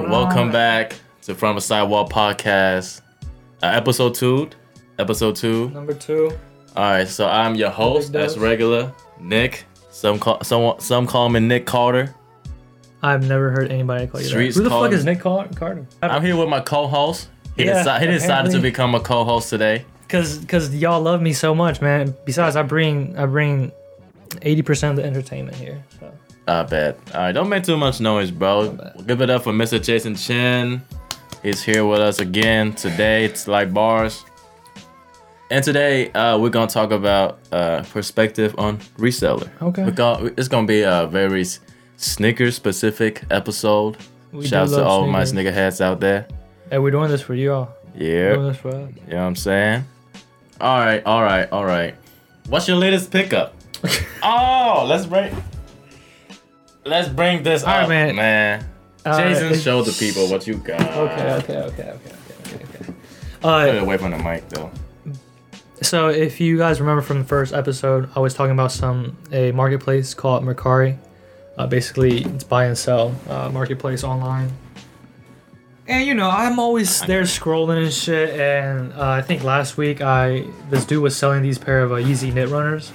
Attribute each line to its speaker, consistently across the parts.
Speaker 1: Welcome back to From a Sidewalk Podcast, uh, episode two. Episode two.
Speaker 2: Number two.
Speaker 1: All right, so I'm your host,
Speaker 2: Big
Speaker 1: as
Speaker 2: dose.
Speaker 1: regular, Nick. Some call, some, some call me Nick Carter.
Speaker 2: I've never heard anybody call you
Speaker 1: Streets
Speaker 2: that. Who the
Speaker 1: call
Speaker 2: fuck
Speaker 1: him-
Speaker 2: is Nick Car- Carter?
Speaker 1: I'm here with my co-host. He,
Speaker 2: Yeah,
Speaker 1: deci- he decided to
Speaker 2: apparently.
Speaker 1: become a co-host today.
Speaker 2: Because because y'all love me so much, man. Besides, I bring I bring eighty percent of the entertainment here. So.
Speaker 1: I bet. All right, don't make too much noise, bro.
Speaker 2: bad.
Speaker 1: Give it up for Mr. Jason Chin. He's here with us again today. It's like bars. And today uh, we're gonna talk about uh, perspective on reseller.
Speaker 2: Okay.
Speaker 1: We're gon- it's gonna be a very s- sneaker specific episode.
Speaker 2: We
Speaker 1: Shouts
Speaker 2: do
Speaker 1: to
Speaker 2: love
Speaker 1: all my
Speaker 2: sneakers.
Speaker 1: sneaker heads out there.
Speaker 2: Hey, we're doing this for y'all. We're
Speaker 1: Yeah,
Speaker 2: doing this for us.
Speaker 1: you know what I'm saying. All right, all right, all right. What's your latest pickup? oh, let's bring. Let's bring this
Speaker 2: right,
Speaker 1: up,
Speaker 2: man.
Speaker 1: man.
Speaker 2: Uh,
Speaker 1: Jason,
Speaker 2: it's-
Speaker 1: show the people what you got.
Speaker 2: Okay, okay, okay, okay, okay, okay, okay.
Speaker 1: Put
Speaker 2: Uh,
Speaker 1: it away from the mic though.
Speaker 2: so if you guys remember from the first episode, I was talking about some a marketplace called Mercari. Uh, basically, it's buy and sell uh, marketplace online. And you know, I'm always there scrolling and shit. And uh, I think last week, I this dude was selling these pair of uh, Yeezy knit runners.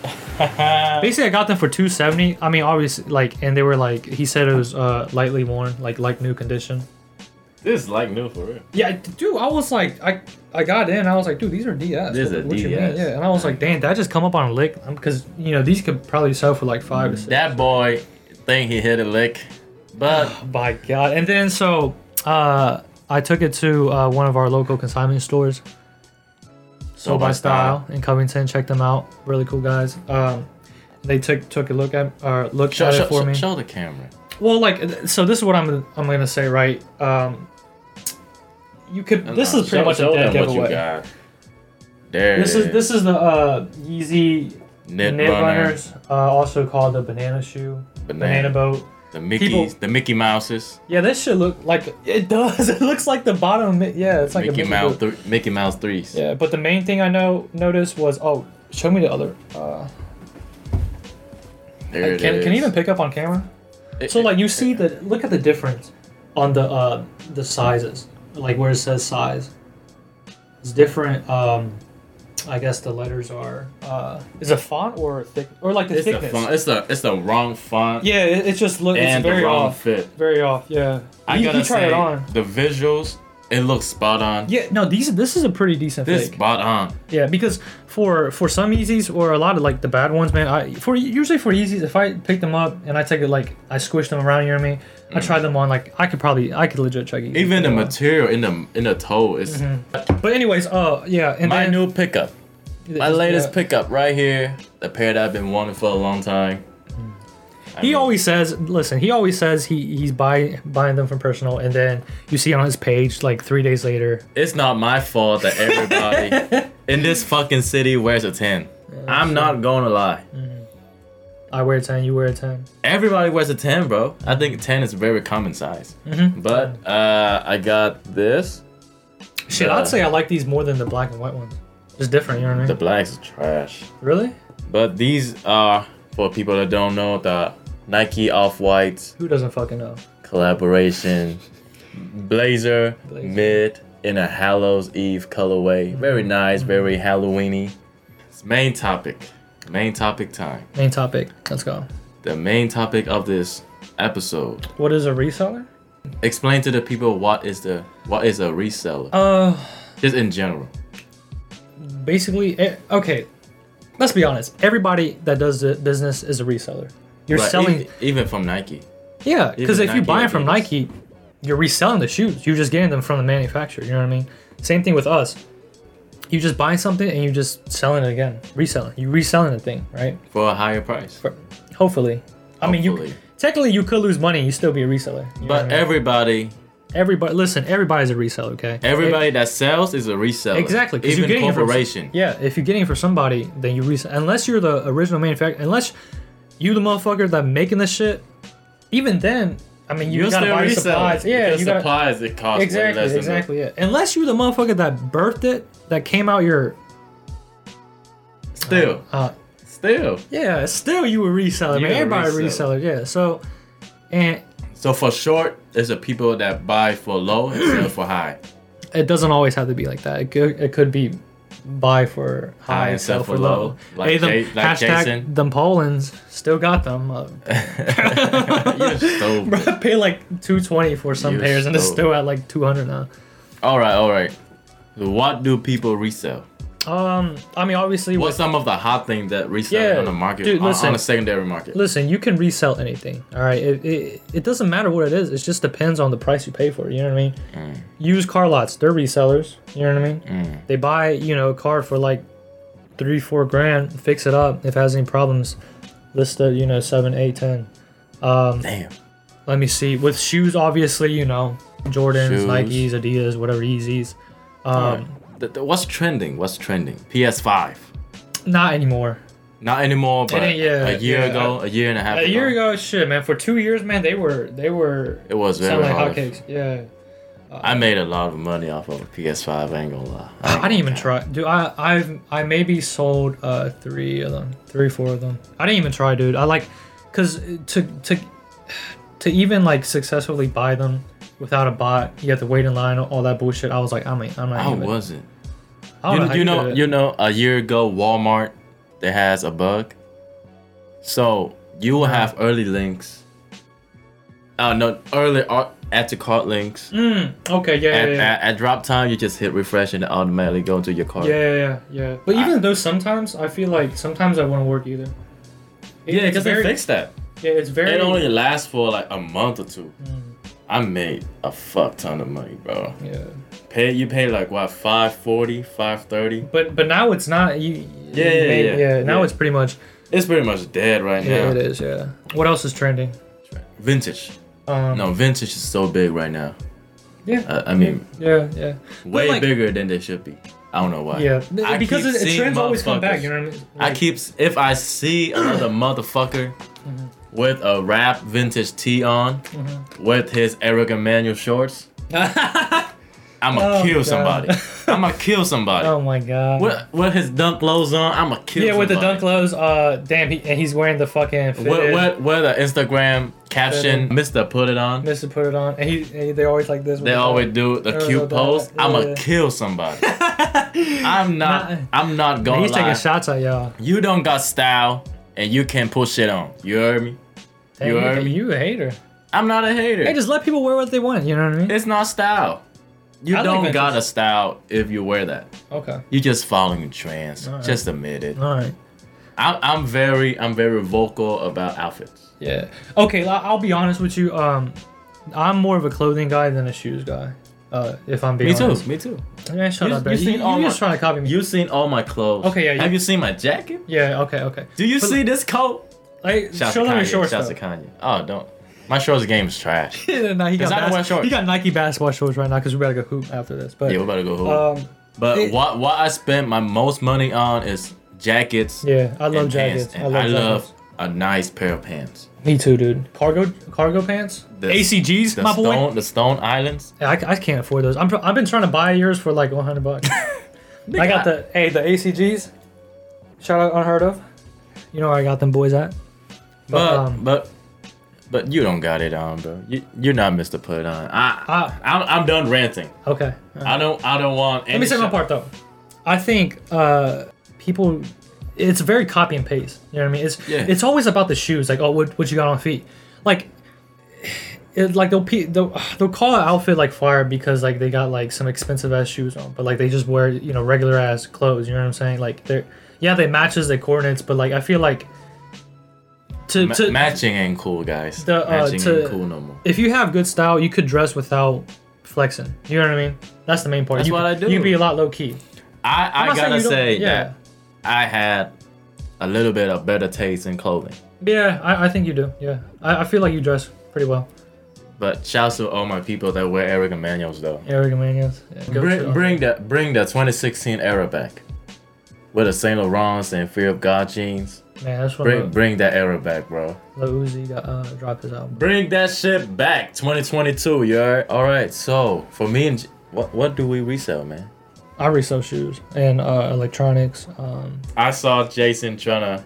Speaker 2: Basically, I got them for 270. I mean, obviously, like, and they were like, he said it was uh, lightly worn, like like new condition.
Speaker 1: This is like new for real.
Speaker 2: Yeah, d- dude, I was like, I I got in, I was like, dude, these are DS.
Speaker 1: These
Speaker 2: What-
Speaker 1: are
Speaker 2: what you mean?
Speaker 1: DS.
Speaker 2: Yeah, and I was like, damn, that just come up on a lick, because you know these could probably sell for like five to six.
Speaker 1: That boy think he hit a lick, but
Speaker 2: By God, and then so uh, I took it to uh, one of our local consignment stores,
Speaker 1: so
Speaker 2: Soul by Style in Covington. Check them out, really cool guys. Um, they took took a look at or looked
Speaker 1: Show,
Speaker 2: at
Speaker 1: show,
Speaker 2: it for
Speaker 1: show,
Speaker 2: me.
Speaker 1: show the camera.
Speaker 2: Well, like, so this is what I'm I'm gonna say, right? Um, you could. This
Speaker 1: Uh,
Speaker 2: is pretty
Speaker 1: show-
Speaker 2: much
Speaker 1: show
Speaker 2: a dead
Speaker 1: them what you
Speaker 2: giveaway.
Speaker 1: got. There.
Speaker 2: This is this is the uh, Yeezy
Speaker 1: knit,
Speaker 2: Knit
Speaker 1: runner,
Speaker 2: runners, uh, also called the banana shoe,
Speaker 1: banana,
Speaker 2: banana, boat.
Speaker 1: the Mickey,
Speaker 2: people-
Speaker 1: the Mickey Mouses,
Speaker 2: Yeah, this should look like it does. It looks like the bottom. Yeah, it's like
Speaker 1: Mickey
Speaker 2: a Mickey
Speaker 1: Mouse,
Speaker 2: boot.
Speaker 1: thr- Mickey Mouse threes.
Speaker 2: Yeah, but the main thing I know noticed was oh, show me the other. Uh,
Speaker 1: There
Speaker 2: can
Speaker 1: it
Speaker 2: can you
Speaker 1: is.
Speaker 2: even pick up on camera?
Speaker 1: It-
Speaker 2: So
Speaker 1: it-
Speaker 2: like you see the look at the difference on the uh, the sizes, like where it says size. It's different. Um, I guess the letters are. Uh, is it font or thick or like the
Speaker 1: it's the
Speaker 2: thickness?
Speaker 1: font. It's the it's the wrong font
Speaker 2: Yeah, it, it just looks. It's
Speaker 1: and the
Speaker 2: very
Speaker 1: wrong
Speaker 2: off.
Speaker 1: fit.
Speaker 2: Very off. Yeah.
Speaker 1: I
Speaker 2: you,
Speaker 1: gotta
Speaker 2: you try
Speaker 1: say,
Speaker 2: it on.
Speaker 1: the visuals, it looks spot on.
Speaker 2: Yeah, no, these this is a pretty decent
Speaker 1: This
Speaker 2: fake.
Speaker 1: spot on.
Speaker 2: Yeah, because for for some Yeezys or a lot of like the bad ones, man, I for usually for Yeezys, if I pick them up and I take it like I squish them around, you know what I mean? I try them on, like I could probably I could legit check it.
Speaker 1: Mm. Even the material in the in the toe is
Speaker 2: But anyways, uh yeah, Mm-hmm. and
Speaker 1: my
Speaker 2: then
Speaker 1: new pickup. My latest pickup right here. The pair that I've been wanting for a long time. I
Speaker 2: He
Speaker 1: mean,
Speaker 2: always says, listen, he always says he he's buy, buying them from personal, and then you see on his page like three days later.
Speaker 1: It's not my fault that everybody in this fucking city wears a 10. I'm not gonna lie.
Speaker 2: I wear a ten, you wear a ten.
Speaker 1: Everybody wears a 10, bro. I think 10 is a very common size. But uh, I got this.
Speaker 2: Shit,
Speaker 1: Yeah.
Speaker 2: I'd say I like these more than the black and white ones. It's different, you know what I mean?
Speaker 1: The black's trash.
Speaker 2: really?
Speaker 1: But these are, for people that don't know, the Nike Off White
Speaker 2: Who doesn't fucking know?
Speaker 1: collaboration. Blazer,
Speaker 2: Blazer.
Speaker 1: mid in a Hallows Eve colorway. Very nice, very Halloweeny. It's main topic. Main topic time.
Speaker 2: Main topic. Let's go.
Speaker 1: The main topic of this episode.
Speaker 2: What is a reseller?
Speaker 1: Explain to the people what is the what is a reseller.
Speaker 2: Uh,
Speaker 1: Just in general.
Speaker 2: basically, eh, okay. Let's be honest. Everybody that does the business is a reseller. You're
Speaker 1: Like,
Speaker 2: selling,
Speaker 1: e- even from Nike.
Speaker 2: yeah. Because
Speaker 1: even
Speaker 2: if you
Speaker 1: Nike
Speaker 2: buy it from
Speaker 1: Adidas.
Speaker 2: Nike, you're reselling the shoes. You're just getting them from the manufacturer. You know what I mean? Same thing with us. You just buy something and you just selling it again, reselling. You reselling the thing, right?
Speaker 1: For a higher price.
Speaker 2: For, hopefully. I mean, you
Speaker 1: Hopefully.
Speaker 2: technically you could lose money. You still be a reseller. You know what I
Speaker 1: But
Speaker 2: mean?
Speaker 1: everybody
Speaker 2: Everybody, listen. Everybody's a reseller, okay? E,
Speaker 1: everybody that sells is a reseller.
Speaker 2: exactly. 'cause
Speaker 1: Even
Speaker 2: it from-
Speaker 1: corporation.
Speaker 2: yeah, if you're getting it from somebody, then you resell. Unless you're the original manufacturer, unless you the motherfucker that making this shit. Even then, I mean, you
Speaker 1: You're
Speaker 2: gotta
Speaker 1: still
Speaker 2: buy supplies.
Speaker 1: reselling.
Speaker 2: Yeah,
Speaker 1: Because
Speaker 2: you gotta
Speaker 1: supplies it costs way
Speaker 2: exactly,
Speaker 1: less than the-
Speaker 2: exactly. Yeah, unless you're the motherfucker that birthed it, that came out your.
Speaker 1: Still,
Speaker 2: Uh,
Speaker 1: still.
Speaker 2: yeah, still you a reseller.
Speaker 1: You're
Speaker 2: man.
Speaker 1: the
Speaker 2: Everybody a
Speaker 1: reseller.
Speaker 2: reseller. Yeah. So, and
Speaker 1: So for short, it's the people that buy for low and sell for high.
Speaker 2: It doesn't always have to be like that. It could, it could be buy for high,
Speaker 1: High and
Speaker 2: sell for low.
Speaker 1: Like
Speaker 2: hey, them,
Speaker 1: Jay- like
Speaker 2: hashtag
Speaker 1: Jason.
Speaker 2: them Polans still got them. Uh,
Speaker 1: You're stupid.
Speaker 2: bro, I paid like two twenty for some
Speaker 1: You're
Speaker 2: pairs, and it's
Speaker 1: stupid.
Speaker 2: still at like two hundred now.
Speaker 1: All right, all right. What do people resell?
Speaker 2: Um, I mean, obviously,
Speaker 1: What's
Speaker 2: with,
Speaker 1: some of the hot things that resell
Speaker 2: Yeah,
Speaker 1: on the market
Speaker 2: dude,
Speaker 1: on- on,
Speaker 2: listen.
Speaker 1: the secondary market?
Speaker 2: listen, you can resell anything. All right, it, it, it doesn't matter what it is. It just depends on the price you pay for it. You know what I mean?
Speaker 1: Mm.
Speaker 2: Used car lots, they're resellers. You know what I mean? They buy you know a car for like three, four grand, fix it up. If it has any problems, list it. You know, seven, eight, ten.
Speaker 1: Damn.
Speaker 2: Let me see. With shoes, obviously, you know, Jordans,
Speaker 1: Shoes.
Speaker 2: Nikes, Adidas, whatever, Yeezys. Um,
Speaker 1: Th- th- what's trending? What's trending? PS5.
Speaker 2: Not anymore.
Speaker 1: Not anymore, but
Speaker 2: ain't- yeah,
Speaker 1: a year
Speaker 2: yeah.
Speaker 1: ago, a year and a half
Speaker 2: A
Speaker 1: ago.
Speaker 2: year ago, shit, man. For two years, man, they were they were
Speaker 1: It was very
Speaker 2: selling like
Speaker 1: hard.
Speaker 2: hotcakes. Yeah.
Speaker 1: I made a lot of money off of a PS5, I ain't gonna lie.
Speaker 2: I didn't even try. Dude, I I've I maybe sold uh three of them, three four of them. I didn't even try, dude. I like, cause to to to even like successfully buy them without a bot, you have to wait in line, all that bullshit. I was like, I'm like, I'm not.
Speaker 1: I
Speaker 2: even,
Speaker 1: wasn't.
Speaker 2: Oh, I don't
Speaker 1: you,
Speaker 2: how
Speaker 1: you know,
Speaker 2: did it.
Speaker 1: you know, a year ago, Walmart that has a bug. So you
Speaker 2: Uh-huh.
Speaker 1: will have early links. Uh, no, early ar- add to cart links.
Speaker 2: Mm, okay, yeah, yeah,
Speaker 1: At,
Speaker 2: yeah.
Speaker 1: at, at drop time, you just hit refresh and it automatically go to your cart.
Speaker 2: Yeah, yeah, yeah. But even though sometimes I feel like sometimes I wouldn't work either. It-
Speaker 1: yeah,
Speaker 2: it's
Speaker 1: because they
Speaker 2: very-
Speaker 1: fixed that.
Speaker 2: Yeah, it's very. Mm.
Speaker 1: It only lasts for like a month or two. I made a fuck ton of money, bro.
Speaker 2: yeah.
Speaker 1: Pay you pay like what 540, 530.
Speaker 2: But but now it's not. You,
Speaker 1: Yeah, yeah,
Speaker 2: may-
Speaker 1: yeah.
Speaker 2: Now
Speaker 1: Yeah.
Speaker 2: it's pretty much.
Speaker 1: It's pretty much dead right
Speaker 2: Yeah.
Speaker 1: now.
Speaker 2: it is. Yeah. What else is trending?
Speaker 1: Vintage.
Speaker 2: Um,
Speaker 1: No, vintage is so big right now.
Speaker 2: Yeah.
Speaker 1: Uh, I mean,
Speaker 2: yeah, yeah,
Speaker 1: way
Speaker 2: like-
Speaker 1: bigger than they should be. I don't know why.
Speaker 2: yeah.
Speaker 1: I
Speaker 2: because
Speaker 1: keep
Speaker 2: it, it
Speaker 1: seeing
Speaker 2: trends always come back.
Speaker 1: motherfuckers.
Speaker 2: You know what I mean?
Speaker 1: I
Speaker 2: Like,
Speaker 1: keep s- if I see another motherfucker
Speaker 2: Mm-hmm.
Speaker 1: with a rap vintage tee on, with his Eric Emanuel shorts, I'ma
Speaker 2: Oh,
Speaker 1: kill
Speaker 2: God.
Speaker 1: somebody. I'ma kill somebody.
Speaker 2: oh my god.
Speaker 1: With, with his dunk lows on, I'ma kill.
Speaker 2: yeah, with the dunk
Speaker 1: somebody.
Speaker 2: lows. Uh, damn. He and he's wearing the fucking.
Speaker 1: With,
Speaker 2: fitted-
Speaker 1: with, with the Instagram caption, Mister Put It On.
Speaker 2: Mister put it on, and he and they always like this. with
Speaker 1: They
Speaker 2: the-
Speaker 1: always do the
Speaker 2: Or
Speaker 1: cute
Speaker 2: the-
Speaker 1: pose. I'ma
Speaker 2: yeah.
Speaker 1: kill somebody. I'm not.
Speaker 2: Nah.
Speaker 1: I'm not going.
Speaker 2: He's
Speaker 1: to lie.
Speaker 2: taking shots at y'all.
Speaker 1: You don't got style, and you can put shit on. You heard me?
Speaker 2: Damn,
Speaker 1: You
Speaker 2: you,
Speaker 1: heard me?
Speaker 2: you a hater.
Speaker 1: I'm not a hater.
Speaker 2: Hey, just let people wear what they want. You know what I mean?
Speaker 1: It's not style. You
Speaker 2: I like
Speaker 1: don't
Speaker 2: vintage.
Speaker 1: got a style if you wear that.
Speaker 2: Okay.
Speaker 1: You're just following the trends.
Speaker 2: Alright.
Speaker 1: Just admit it.
Speaker 2: All right.
Speaker 1: I'm, I'm very I'm very vocal about outfits.
Speaker 2: Yeah. Okay. I- I'll be honest with you. Um, I'm more of a clothing guy than a shoes guy. Uh, if I'm being honest.
Speaker 1: Me too.
Speaker 2: Man, shut
Speaker 1: You-
Speaker 2: up,
Speaker 1: you
Speaker 2: bro. You,
Speaker 1: seen
Speaker 2: you,
Speaker 1: all
Speaker 2: just
Speaker 1: my-
Speaker 2: trying to copy me.
Speaker 1: You've seen all my clothes.
Speaker 2: Okay, yeah, you-
Speaker 1: Have you seen my jacket?
Speaker 2: yeah. Okay. Okay.
Speaker 1: Do you
Speaker 2: But-
Speaker 1: see this coat?
Speaker 2: Like,
Speaker 1: Shout
Speaker 2: show
Speaker 1: out to
Speaker 2: them your
Speaker 1: Kanye.
Speaker 2: shorts.
Speaker 1: Shout out
Speaker 2: though.
Speaker 1: to Kanye. Oh, don't. My shorts game is trash.
Speaker 2: nah, he got
Speaker 1: I don't wear
Speaker 2: bas-
Speaker 1: shorts.
Speaker 2: He got Nike basketball shorts right now because we gotta go hoop after this. But
Speaker 1: yeah, we about to go hoop.
Speaker 2: um,
Speaker 1: but
Speaker 2: it-
Speaker 1: what what I spent my most money on is jackets.
Speaker 2: yeah, I love
Speaker 1: and pants.
Speaker 2: jackets. I
Speaker 1: And
Speaker 2: love,
Speaker 1: I
Speaker 2: jackets.
Speaker 1: love a nice pair of pants.
Speaker 2: Me too, dude. Cargo cargo pants.
Speaker 1: The-
Speaker 2: ACGs,
Speaker 1: The
Speaker 2: my boy.
Speaker 1: Stone, the Stone Islands.
Speaker 2: Yeah, I, I can't afford those. I'm tr- I've been trying to buy yours for like 100 bucks. I got the hey the ACGs. Shout out unheard of. You know where I got them boys at?
Speaker 1: but
Speaker 2: um,
Speaker 1: but but you don't got it on, bro. You, you're not Mr. Put On. I,
Speaker 2: Ah,
Speaker 1: I'm, I'm done ranting.
Speaker 2: okay.
Speaker 1: I don't I don't want.
Speaker 2: Let me say my part though. I think uh, people, it's very copy and paste. You know what I mean? It's
Speaker 1: Yeah.
Speaker 2: it's always about the shoes. Like, oh, what, what you got on feet? Like, it, like they'll, pe- they'll they'll call an outfit like fire because like they got like some expensive ass shoes on, but like they just wear you know regular ass clothes. You know what I'm saying? Like they're yeah they matches they coordinates, but like I feel like to
Speaker 1: Ma-
Speaker 2: to
Speaker 1: matching ain't cool, guys.
Speaker 2: The, uh,
Speaker 1: matching
Speaker 2: to-
Speaker 1: ain't cool no more.
Speaker 2: if you have good style, you could dress without flexing. You know what I mean? That's the main part.
Speaker 1: That's
Speaker 2: you,
Speaker 1: what I do.
Speaker 2: You be a lot low key.
Speaker 1: I, I gotta say
Speaker 2: yeah.
Speaker 1: that I had a little bit of better taste in clothing.
Speaker 2: Yeah, I, I think you do. Yeah, I, I feel like you dress pretty well.
Speaker 1: But shouts to all my people that wear Eric Emanuel's though.
Speaker 2: Eric Manias. Yeah, go
Speaker 1: Bring,
Speaker 2: chill.
Speaker 1: bring the bring the 2016 era back, with the Saint Laurent's and Fear of God jeans.
Speaker 2: Man, that's when
Speaker 1: Bring
Speaker 2: Lil
Speaker 1: bring that era back, bro.
Speaker 2: Lil Uzi got, uh, dropped his album.
Speaker 1: Bring that shit back, 2022. You all right? All right. So for me and J- what what do we resell, man?
Speaker 2: I resell shoes and uh, electronics. Um,
Speaker 1: I saw Jason trying to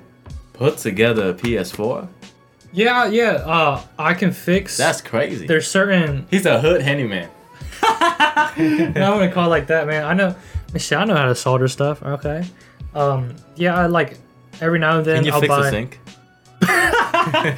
Speaker 1: put together a PS4.
Speaker 2: Yeah, yeah. Uh, I can fix.
Speaker 1: That's crazy.
Speaker 2: there's certain.
Speaker 1: He's a hood handyman.
Speaker 2: I don't want to call it like that, man. I know. Shit, I know how to solder stuff. Okay. Um. Yeah, I like every now and then
Speaker 1: Can you
Speaker 2: I'll
Speaker 1: fix
Speaker 2: buy.
Speaker 1: the sink?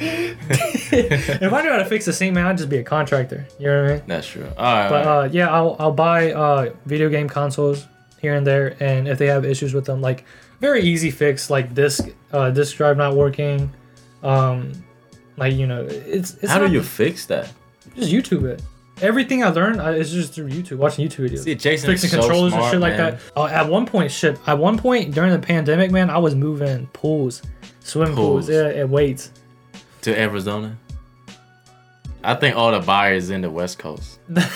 Speaker 2: If I knew how to fix the sink, man, I'd just be a contractor. You know what I mean?
Speaker 1: That's true. All right.
Speaker 2: But uh, yeah, I'll, I'll buy uh, video game consoles here and there, and if they have issues with them, like very easy fix, like disk uh, disk drive not working, um, like you know, it's, it's
Speaker 1: How do
Speaker 2: not-
Speaker 1: you fix that?
Speaker 2: just YouTube it? Everything I learned I, is just through YouTube, watching YouTube videos,
Speaker 1: See, Jason
Speaker 2: fixing
Speaker 1: is so
Speaker 2: controllers
Speaker 1: smart,
Speaker 2: and shit like
Speaker 1: man.
Speaker 2: that. Uh, at one point, shit, at one point during the pandemic, man, I was moving pools, swim pools,
Speaker 1: Pools.
Speaker 2: yeah, and weights.
Speaker 1: To Arizona. I think all the buyers in the West Coast.
Speaker 2: Nah,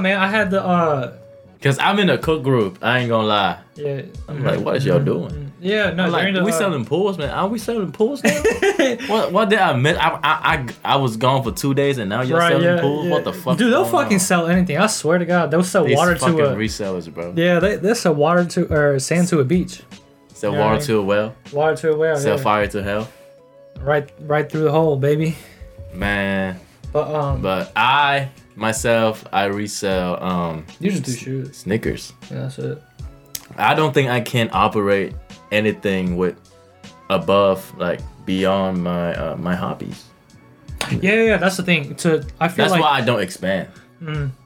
Speaker 2: man, I had the uh,
Speaker 1: Cause I'm in a cook group. I ain't gonna lie.
Speaker 2: yeah,
Speaker 1: I'm like, what is y'all doing?
Speaker 2: yeah, no,
Speaker 1: I'm like,
Speaker 2: during the
Speaker 1: we
Speaker 2: uh,
Speaker 1: selling pools, man. Are we selling pools now? what what did I miss? I, I I I was gone for two days and now you're selling pools. What the fuck?
Speaker 2: Dude, they'll
Speaker 1: going on?
Speaker 2: fucking sell anything. I swear to God, they'll sell
Speaker 1: These
Speaker 2: water
Speaker 1: fucking
Speaker 2: to a.
Speaker 1: resellers, bro.
Speaker 2: yeah, they they sell water to or sand to a beach,
Speaker 1: Sell
Speaker 2: Yeah.
Speaker 1: water to a well.
Speaker 2: water to a well,
Speaker 1: Sell
Speaker 2: yeah.
Speaker 1: fire to hell.
Speaker 2: right right through the hole, baby.
Speaker 1: Man,
Speaker 2: But um,
Speaker 1: but I myself I resell um
Speaker 2: you just do shoes.
Speaker 1: Snickers.
Speaker 2: Yeah, that's it.
Speaker 1: I don't think I can operate anything with above like beyond my uh, my hobbies.
Speaker 2: Yeah, yeah, yeah, that's the thing. To I feel
Speaker 1: That's
Speaker 2: like mm,
Speaker 1: why I don't expand.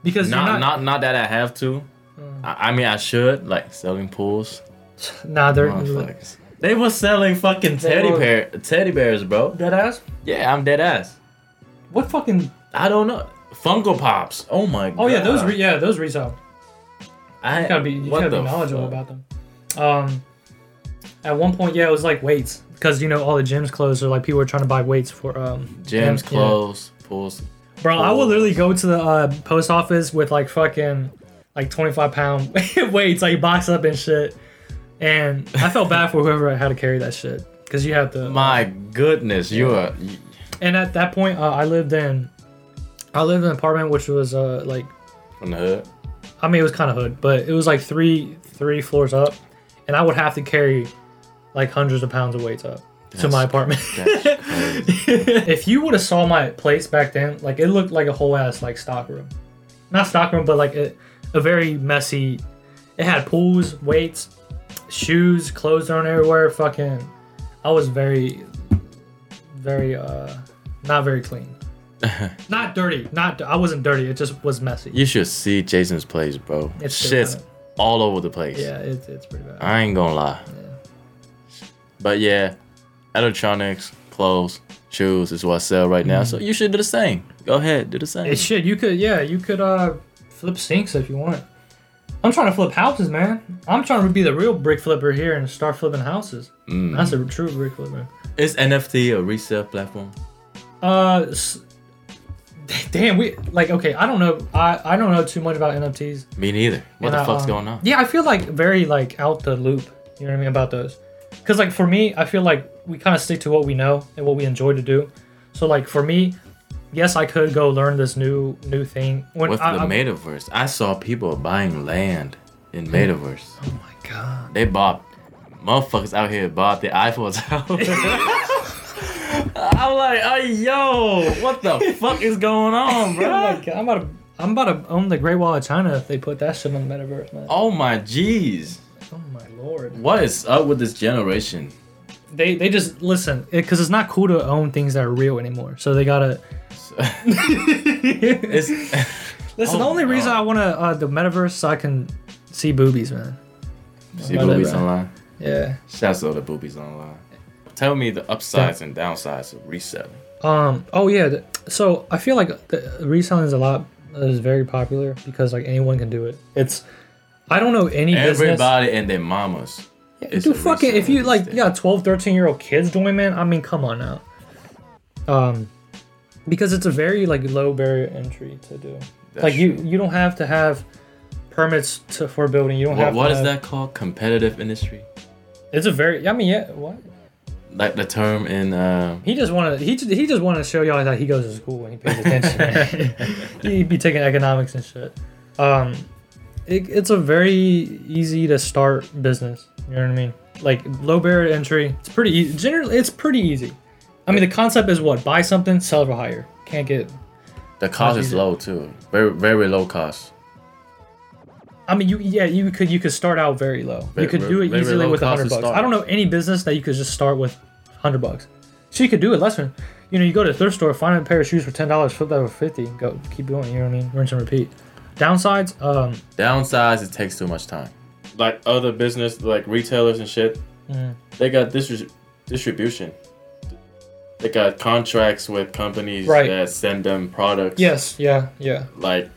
Speaker 2: because you're
Speaker 1: Not
Speaker 2: not,
Speaker 1: not
Speaker 2: Hmm.
Speaker 1: not that I have to. I, I mean I should like selling pools.
Speaker 2: nah, they're
Speaker 1: Motherfuckers. They were selling fucking
Speaker 2: They
Speaker 1: teddy
Speaker 2: were-
Speaker 1: bear teddy bears, bro.
Speaker 2: dead ass.
Speaker 1: Yeah, I'm dead ass.
Speaker 2: What fucking?
Speaker 1: I don't know. Funko Pops. Oh my god.
Speaker 2: Oh yeah, those re- yeah those resell.
Speaker 1: I
Speaker 2: You gotta be you
Speaker 1: what
Speaker 2: gotta be
Speaker 1: the
Speaker 2: knowledgeable
Speaker 1: fuck?
Speaker 2: about them. Um, at one point, yeah, it was like weights because you know all the gyms closed, so like people were trying to buy weights for um
Speaker 1: gyms
Speaker 2: yeah.
Speaker 1: closed, pools.
Speaker 2: Bro, I will
Speaker 1: Balls.
Speaker 2: literally go to the uh, post office with like fucking like 25 pound weights, like boxed up and shit. And I felt bad for whoever had to carry that shit because you have to.
Speaker 1: My goodness, you are you-
Speaker 2: and at that point, uh, I lived in, I lived in an apartment which was uh like,
Speaker 1: from the hood.
Speaker 2: I mean it was kind of hood, but it was like three three floors up, and I would have to carry like hundreds of pounds of weights up to my apartment.
Speaker 1: That's crazy.
Speaker 2: if you would have saw my place back then, like it looked like a whole ass like stockroom, not stockroom, but like a, a very messy. It had pools, weights, shoes, clothes thrown everywhere. Fucking, I was very, very uh, not very clean. not dirty. Not I wasn't dirty. It just was messy.
Speaker 1: you should see Jason's place, bro.
Speaker 2: It's so
Speaker 1: Shit's
Speaker 2: bad.
Speaker 1: all over the place.
Speaker 2: Yeah, it, it's pretty bad.
Speaker 1: I ain't gonna lie. But yeah, electronics, clothes, shoes is what I sell right now.
Speaker 2: Mm.
Speaker 1: So you should do the same. Go ahead, do the same.
Speaker 2: Hey, shit, you could, yeah, you could uh flip sinks if you want. I'm trying to flip houses, man. I'm trying to be the real brick flipper here and start flipping houses.
Speaker 1: Mm-hmm.
Speaker 2: That's a true brick flipper.
Speaker 1: Is NFT a resale platform?
Speaker 2: Uh, s- damn, we like okay. I don't know. I I don't know too much about NFTs.
Speaker 1: Me neither. What
Speaker 2: And
Speaker 1: the
Speaker 2: I,
Speaker 1: fuck's
Speaker 2: um,
Speaker 1: going on?
Speaker 2: Yeah, I feel like very like out the loop. You know what I mean about those? Because like for me, I feel like we kind of stick to what we know and what we enjoy to do. So like for me, yes, I could go learn this new new thing. When
Speaker 1: With
Speaker 2: I,
Speaker 1: the
Speaker 2: I'm-
Speaker 1: metaverse, I saw people buying land in metaverse.
Speaker 2: oh my god.
Speaker 1: They bought motherfuckers out here bought the Eiffel Tower. I'm like, hey yo, what the fuck is going on,
Speaker 2: Oh
Speaker 1: bro?
Speaker 2: my God, I'm about to. I'm about to own the Great Wall of China if they put that shit on the metaverse, man.
Speaker 1: Oh my jeez,
Speaker 2: Oh my lord.
Speaker 1: what is up with this generation?
Speaker 2: They they just listen because it's not cool to own things that are real anymore. So they gotta.
Speaker 1: It's
Speaker 2: Listen, the
Speaker 1: Oh,
Speaker 2: only reason
Speaker 1: God.
Speaker 2: I want to uh, the metaverse so I can see boobies, man.
Speaker 1: see
Speaker 2: Not that
Speaker 1: boobies
Speaker 2: bad.
Speaker 1: online.
Speaker 2: Yeah.
Speaker 1: Shouts to all the boobies online. Tell me the upsides and downsides of reselling.
Speaker 2: Um. Oh yeah. th- So I feel like the reselling is a lot is very popular because like anyone can do it. It's. I don't know any business.
Speaker 1: Everybody and their mamas. is
Speaker 2: Dude,
Speaker 1: a
Speaker 2: fucking, if
Speaker 1: reseller
Speaker 2: you
Speaker 1: these
Speaker 2: like,
Speaker 1: days.
Speaker 2: yeah, 12, 13 year old kids doing, man, I mean, come on now. Um, because it's a very like low barrier entry to do.
Speaker 1: That's
Speaker 2: like you, you don't have to have permits to for building. You don't
Speaker 1: What,
Speaker 2: have.
Speaker 1: what
Speaker 2: to
Speaker 1: is
Speaker 2: have-
Speaker 1: that called? Competitive industry?
Speaker 2: It's a very. I mean, yeah. What
Speaker 1: Like the term in uh,
Speaker 2: he just wanted, he ju- he just wanted to show y'all that he goes to school and he pays attention. man. He'd be taking economics and shit. Um, it, it's a very easy to start business. You know what I mean? Like low barrier to entry. It's e, pretty easy. Generally, it's pretty easy. I mean, the concept is what buy something, sell it for higher. Can't get.
Speaker 1: The cost is
Speaker 2: easy.
Speaker 1: low too. Very very low cost.
Speaker 2: I mean, you yeah, you could you could start out very low.
Speaker 1: Very-
Speaker 2: you could do
Speaker 1: very-
Speaker 2: it
Speaker 1: very
Speaker 2: easily
Speaker 1: low
Speaker 2: with a
Speaker 1: cost
Speaker 2: hundred
Speaker 1: to
Speaker 2: bucks.
Speaker 1: start.
Speaker 2: I don't know any business that you could just start with hundred bucks. So you could do it less than, you know, you go to a thrift store, find a pair of shoes for ten dollars, flip that for fifty, go keep going. You know what I mean? Rinse and repeat. Downsides, um,
Speaker 1: Downsides, it takes too much time. Like other business, like retailers and shit,
Speaker 2: mm,
Speaker 1: they got distri- distribution. They got contracts with companies
Speaker 2: Right.
Speaker 1: that send them products.
Speaker 2: yes, yeah, yeah,
Speaker 1: Like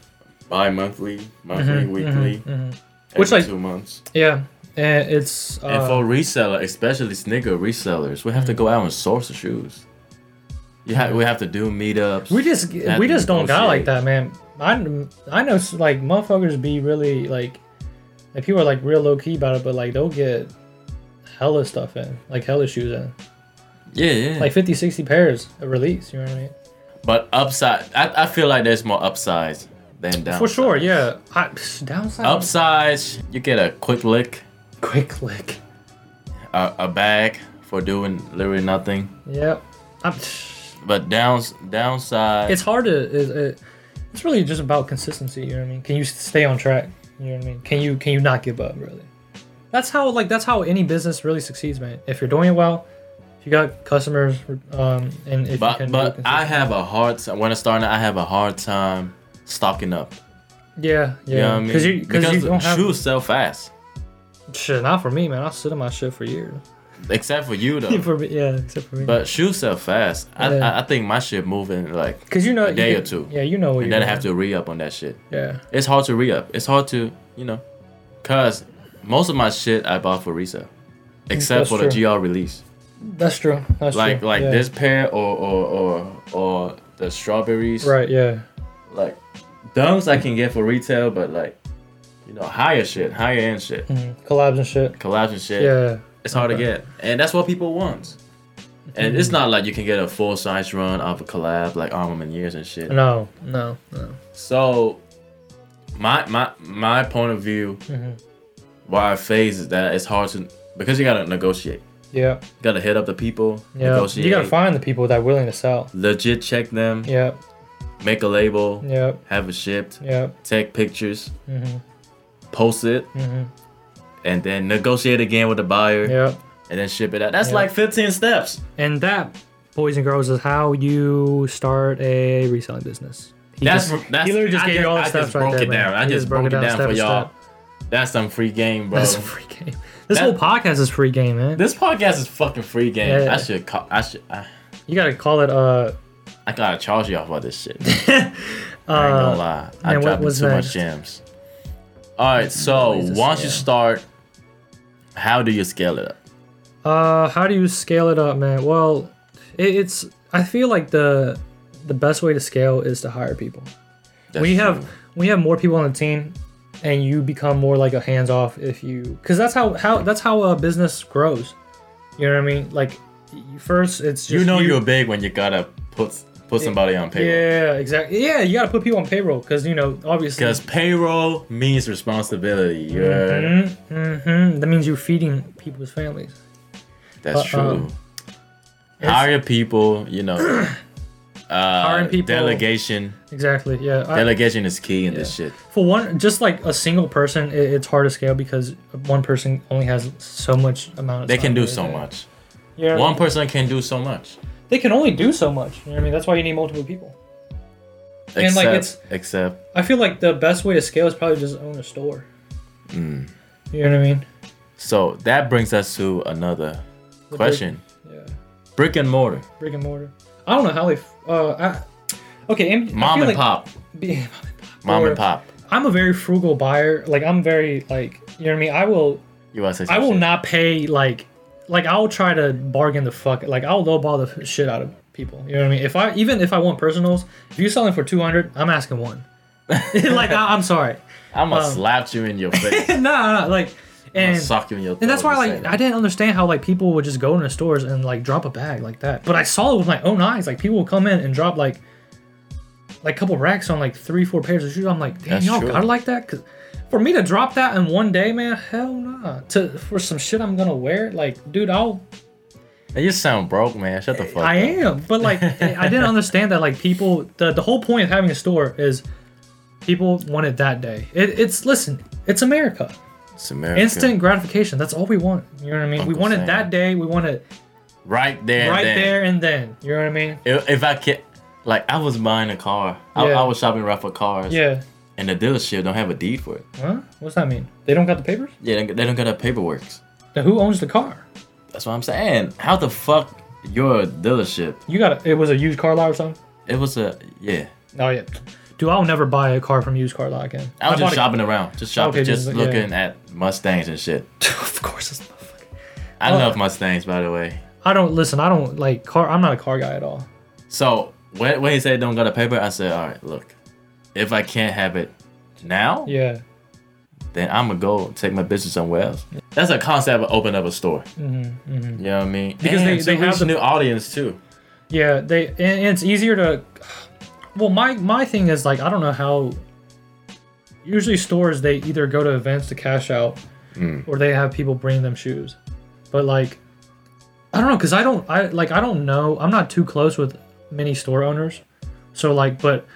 Speaker 1: bi-monthly, monthly,
Speaker 2: Mhm, mhm,
Speaker 1: Uh, weekly,
Speaker 2: mhm.
Speaker 1: every
Speaker 2: Which, like-
Speaker 1: two months.
Speaker 2: yeah, and it's uh,
Speaker 1: and for reseller, especially sneaker resellers, we have to go out and source the shoes. You have we have to do meetups.
Speaker 2: We just
Speaker 1: That
Speaker 2: we just don't got like
Speaker 1: negotiate.
Speaker 2: that, man. I I know like motherfuckers be really like like people are like real low key about it, but like they'll get hella stuff in, like hella shoes in,
Speaker 1: yeah, yeah.
Speaker 2: like 50, 60 pairs a release. You know what I mean?
Speaker 1: but upside, I, I feel like there's more upsides than downsides.
Speaker 2: For sure, yeah. I, psh, downside.
Speaker 1: Upsides, you get a quick lick,
Speaker 2: Quick lick.
Speaker 1: a, a bag for doing literally nothing.
Speaker 2: Yep. I'm, psh,
Speaker 1: But downs downside,
Speaker 2: it's hard to. Is it, it's really just about consistency. You know what I mean? Can you stay on track? You know what I mean? Can you can you not give up? Really? That's how like that's how any business really succeeds, man. If you're doing it well, if you got customers, um, and if you
Speaker 1: but
Speaker 2: can
Speaker 1: but
Speaker 2: be
Speaker 1: I
Speaker 2: consistent.
Speaker 1: have a hard time when I started. I have a hard time stocking up.
Speaker 2: yeah
Speaker 1: You know what
Speaker 2: yeah
Speaker 1: I mean?
Speaker 2: because you because you don't have
Speaker 1: shoes sell fast,
Speaker 2: shit. Not for me, man. I'll sit on my shit for years.
Speaker 1: except for you though.
Speaker 2: for me, yeah, except for me.
Speaker 1: But shoes sell fast. I,
Speaker 2: Yeah.
Speaker 1: I I think my shit moving like,
Speaker 2: because you know
Speaker 1: a
Speaker 2: you
Speaker 1: day
Speaker 2: could-
Speaker 1: or two.
Speaker 2: Oh, Yeah, you know what
Speaker 1: and
Speaker 2: you're
Speaker 1: then I have to re up on that shit.
Speaker 2: Yeah.
Speaker 1: It's hard to re up. It's hard to you know, cause most of my shit I bought for resale, except
Speaker 2: Mm, That's
Speaker 1: for the
Speaker 2: true.
Speaker 1: GR release.
Speaker 2: That's true. That's
Speaker 1: like
Speaker 2: true.
Speaker 1: like
Speaker 2: yeah.
Speaker 1: this pair or or or or the strawberries.
Speaker 2: Right. Yeah.
Speaker 1: Like those I can get for retail, but like you know higher shit, higher end shit,
Speaker 2: Mhm. Collabs and shit.
Speaker 1: collabs and shit.
Speaker 2: Yeah.
Speaker 1: It's hard
Speaker 2: Okay.
Speaker 1: to get, and that's what people want. And
Speaker 2: Mm.
Speaker 1: it's not like you can get a full size run off a collab like Armament Years and shit.
Speaker 2: No. No. No.
Speaker 1: So my my my point of view,
Speaker 2: Mhm.
Speaker 1: why I phase is that it's hard to because you gotta negotiate.
Speaker 2: Yeah.
Speaker 1: You gotta hit up the people,
Speaker 2: Yeah,
Speaker 1: negotiate,
Speaker 2: you gotta find the people that are willing to sell.
Speaker 1: legit check them,
Speaker 2: Yep,
Speaker 1: make a label,
Speaker 2: yep,
Speaker 1: have it shipped,
Speaker 2: yep.
Speaker 1: take pictures,
Speaker 2: Mm-hmm,
Speaker 1: post it,
Speaker 2: mm-hmm,
Speaker 1: and then negotiate again with the buyer,
Speaker 2: yep.
Speaker 1: and then ship it out. That's
Speaker 2: Yeah.
Speaker 1: like 15 steps.
Speaker 2: And that, boys and girls, is how you start a reselling business. He
Speaker 1: that's
Speaker 2: just,
Speaker 1: that's
Speaker 2: he literally just
Speaker 1: I
Speaker 2: gave you all the
Speaker 1: I
Speaker 2: steps
Speaker 1: just
Speaker 2: right
Speaker 1: broke
Speaker 2: there,
Speaker 1: it
Speaker 2: man.
Speaker 1: down. I
Speaker 2: He
Speaker 1: just, broke it down,
Speaker 2: step
Speaker 1: for
Speaker 2: by
Speaker 1: y'all.
Speaker 2: step.
Speaker 1: That's some free game, bro.
Speaker 2: That's a free game. This whole podcast is free game, man.
Speaker 1: This podcast is fucking free game.
Speaker 2: Yeah.
Speaker 1: I should call. I should. I,
Speaker 2: You gotta call it. Uh,
Speaker 1: I gotta charge y'all for this shit. I ain't gonna
Speaker 2: uh
Speaker 1: lie.
Speaker 2: man,
Speaker 1: I'm
Speaker 2: what
Speaker 1: dropping
Speaker 2: was
Speaker 1: too
Speaker 2: next?
Speaker 1: much
Speaker 2: Mm,
Speaker 1: gems. All right, so
Speaker 2: Really just-
Speaker 1: once you
Speaker 2: yeah.
Speaker 1: start, how do you scale it up?
Speaker 2: uh, how do you scale it up, man? Well, it, it's. I feel like the the best way to scale is to hire people.
Speaker 1: That's
Speaker 2: we have
Speaker 1: true.
Speaker 2: we have more people on the team and you become more like a hands off if you because that's how how that's how a business grows you know what i mean like you first it's just
Speaker 1: you know you're big when you gotta put put somebody on payroll
Speaker 2: yeah exactly yeah you gotta put people on payroll because you know obviously
Speaker 1: because payroll means responsibility. you
Speaker 2: hmm that means you're feeding people's families
Speaker 1: That's
Speaker 2: But,
Speaker 1: true.
Speaker 2: um, it's-
Speaker 1: Hire people, you know. Uh,
Speaker 2: Hiring people-
Speaker 1: Delegation,
Speaker 2: exactly yeah I-
Speaker 1: delegation is key in this shit.
Speaker 2: for one just like a single person it, it's hard to scale because one person only has so much amount of
Speaker 1: They can
Speaker 2: time
Speaker 1: do
Speaker 2: in a
Speaker 1: so
Speaker 2: day.
Speaker 1: much.
Speaker 2: yeah
Speaker 1: One person can do so much.
Speaker 2: they can only do so much you know what i mean that's why you need multiple people
Speaker 1: Except,
Speaker 2: And, like, it's-
Speaker 1: except
Speaker 2: I feel like the best way to scale is probably just own a store.
Speaker 1: Hmm.
Speaker 2: You know what I mean?
Speaker 1: so that brings us to another
Speaker 2: brick-
Speaker 1: question:
Speaker 2: Yeah.
Speaker 1: brick and mortar,
Speaker 2: Brick and mortar. I don't know how they. F- uh, I, okay. And,
Speaker 1: mom and pop, mom
Speaker 2: or-
Speaker 1: and pop.
Speaker 2: I'm a very frugal buyer. Like I'm very like you know what I mean. I will.
Speaker 1: You want to say?
Speaker 2: I
Speaker 1: some
Speaker 2: will
Speaker 1: shit?
Speaker 2: not pay like. Like I'll try to bargain the fuck. Like I'll lowball the f- shit out of people. You know what I mean? If I even if I want personals, if you're selling for two hundred, I'm asking one. like I, I'm sorry.
Speaker 1: I'm gonna
Speaker 2: um,
Speaker 1: slap you in your face.
Speaker 2: no, no, no, like
Speaker 1: I'm
Speaker 2: and
Speaker 1: gonna sock you in your. Throat
Speaker 2: And that's why,
Speaker 1: you say
Speaker 2: like,
Speaker 1: that.
Speaker 2: I didn't understand how like people would just go into stores and like drop a bag like that. But I saw it with my own eyes. Like people would come in and drop like, like a couple racks on like three, four pairs of shoes. I'm like, damn,
Speaker 1: That's
Speaker 2: y'all
Speaker 1: true.
Speaker 2: got it like that? Cause for me to drop that in one day, man, hell nah. To for some shit I'm gonna wear, like, dude, I'll
Speaker 1: You sound broke, man. Shut the fuck
Speaker 2: I
Speaker 1: up.
Speaker 2: am, but like I didn't understand that like people the, the whole point of having a store is people want it that day. It, it's listen, it's America.
Speaker 1: It's America.
Speaker 2: Instant gratification. That's all we want. You know what I mean? we
Speaker 1: Uncle
Speaker 2: want it
Speaker 1: Sam.
Speaker 2: that day. We want it
Speaker 1: Right there.
Speaker 2: right
Speaker 1: Right
Speaker 2: there and then. You know what I mean?
Speaker 1: there. If, if I can, like, I was buying a car. I,
Speaker 2: Yeah.
Speaker 1: I was shopping around for cars.
Speaker 2: Yeah.
Speaker 1: And the dealership don't have a deed for it.
Speaker 2: Huh? What's that mean? They don't got the papers?
Speaker 1: Yeah, they, they don't got that paperwork.
Speaker 2: Then who owns the car?
Speaker 1: That's what I'm saying. How the fuck your dealership?
Speaker 2: You got a, it was a used car lot or something?
Speaker 1: It was a yeah.
Speaker 2: Oh yeah. Dude, I'll never buy a car from used car lot again.
Speaker 1: I was
Speaker 2: bought
Speaker 1: just
Speaker 2: a-
Speaker 1: shopping around, just shopping,
Speaker 2: Okay,
Speaker 1: just
Speaker 2: just- yeah.
Speaker 1: looking at Mustangs and shit.
Speaker 2: of course it's
Speaker 1: I
Speaker 2: Oh.
Speaker 1: love Mustangs, by the way.
Speaker 2: I don't listen, I don't like car I'm not a car guy at all.
Speaker 1: So when, when he said don't got a paper, I said, all right, look, if I can't have it now,
Speaker 2: Yeah.
Speaker 1: then I'm gonna go take my business somewhere else. That's a concept of open up a store.
Speaker 2: Mm-hmm, mm-hmm.
Speaker 1: You know what I mean?
Speaker 2: Because
Speaker 1: And
Speaker 2: they-
Speaker 1: to
Speaker 2: they have
Speaker 1: reach
Speaker 2: the-
Speaker 1: new audience too.
Speaker 2: Yeah, they and and it's easier to. Well, my my thing is like I don't know how. Usually stores they either go to events to cash out, or they have people bring them shoes, but like, I don't know because I don't I like I don't know I'm not too close with many store owners, so like but.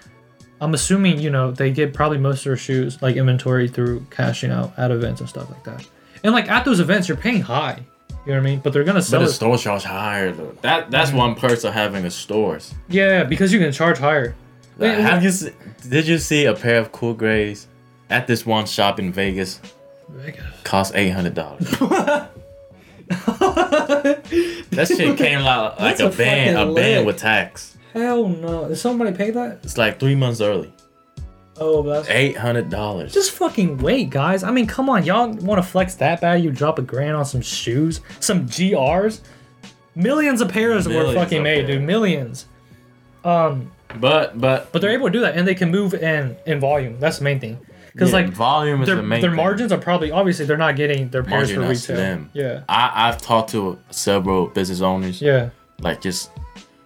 Speaker 2: I'm assuming you know they get probably most of their shoes like inventory through cashing out at events and stuff like that, and like at those events you're paying high, you know what I mean? But they're gonna
Speaker 1: But
Speaker 2: sell
Speaker 1: the
Speaker 2: it
Speaker 1: store charge higher though. That
Speaker 2: Mm-hmm.
Speaker 1: that's one perks of having a stores.
Speaker 2: Yeah, because you can charge higher.
Speaker 1: Like,
Speaker 2: Wait,
Speaker 1: have you se- did you see a pair of cool grays at this one shop in Vegas? Cost eight hundred dollars. that shit came out like
Speaker 2: That's
Speaker 1: a,
Speaker 2: a
Speaker 1: ban, a
Speaker 2: fucking
Speaker 1: ban
Speaker 2: lick.
Speaker 1: with tax.
Speaker 2: Hell no. Did somebody pay that?
Speaker 1: It's like three months early.
Speaker 2: Oh, that's.
Speaker 1: Eight hundred dollars.
Speaker 2: Just fucking wait, guys. I mean, come on. Y'all want to flex that bad? You drop a grand on some shoes, some GRs? Millions of pairs
Speaker 1: Millions
Speaker 2: were fucking
Speaker 1: of
Speaker 2: made, dude.
Speaker 1: pairs.
Speaker 2: Millions. Um,
Speaker 1: But but
Speaker 2: but they're able to do that and they can move in in volume. That's the main thing. Because,
Speaker 1: yeah,
Speaker 2: like,
Speaker 1: volume is
Speaker 2: their,
Speaker 1: the main.
Speaker 2: their
Speaker 1: thing.
Speaker 2: margins are probably, obviously, they're not getting their pairs
Speaker 1: Margin
Speaker 2: for
Speaker 1: are
Speaker 2: retail.
Speaker 1: slim.
Speaker 2: Yeah.
Speaker 1: I I've talked to several business owners.
Speaker 2: Yeah.
Speaker 1: Like just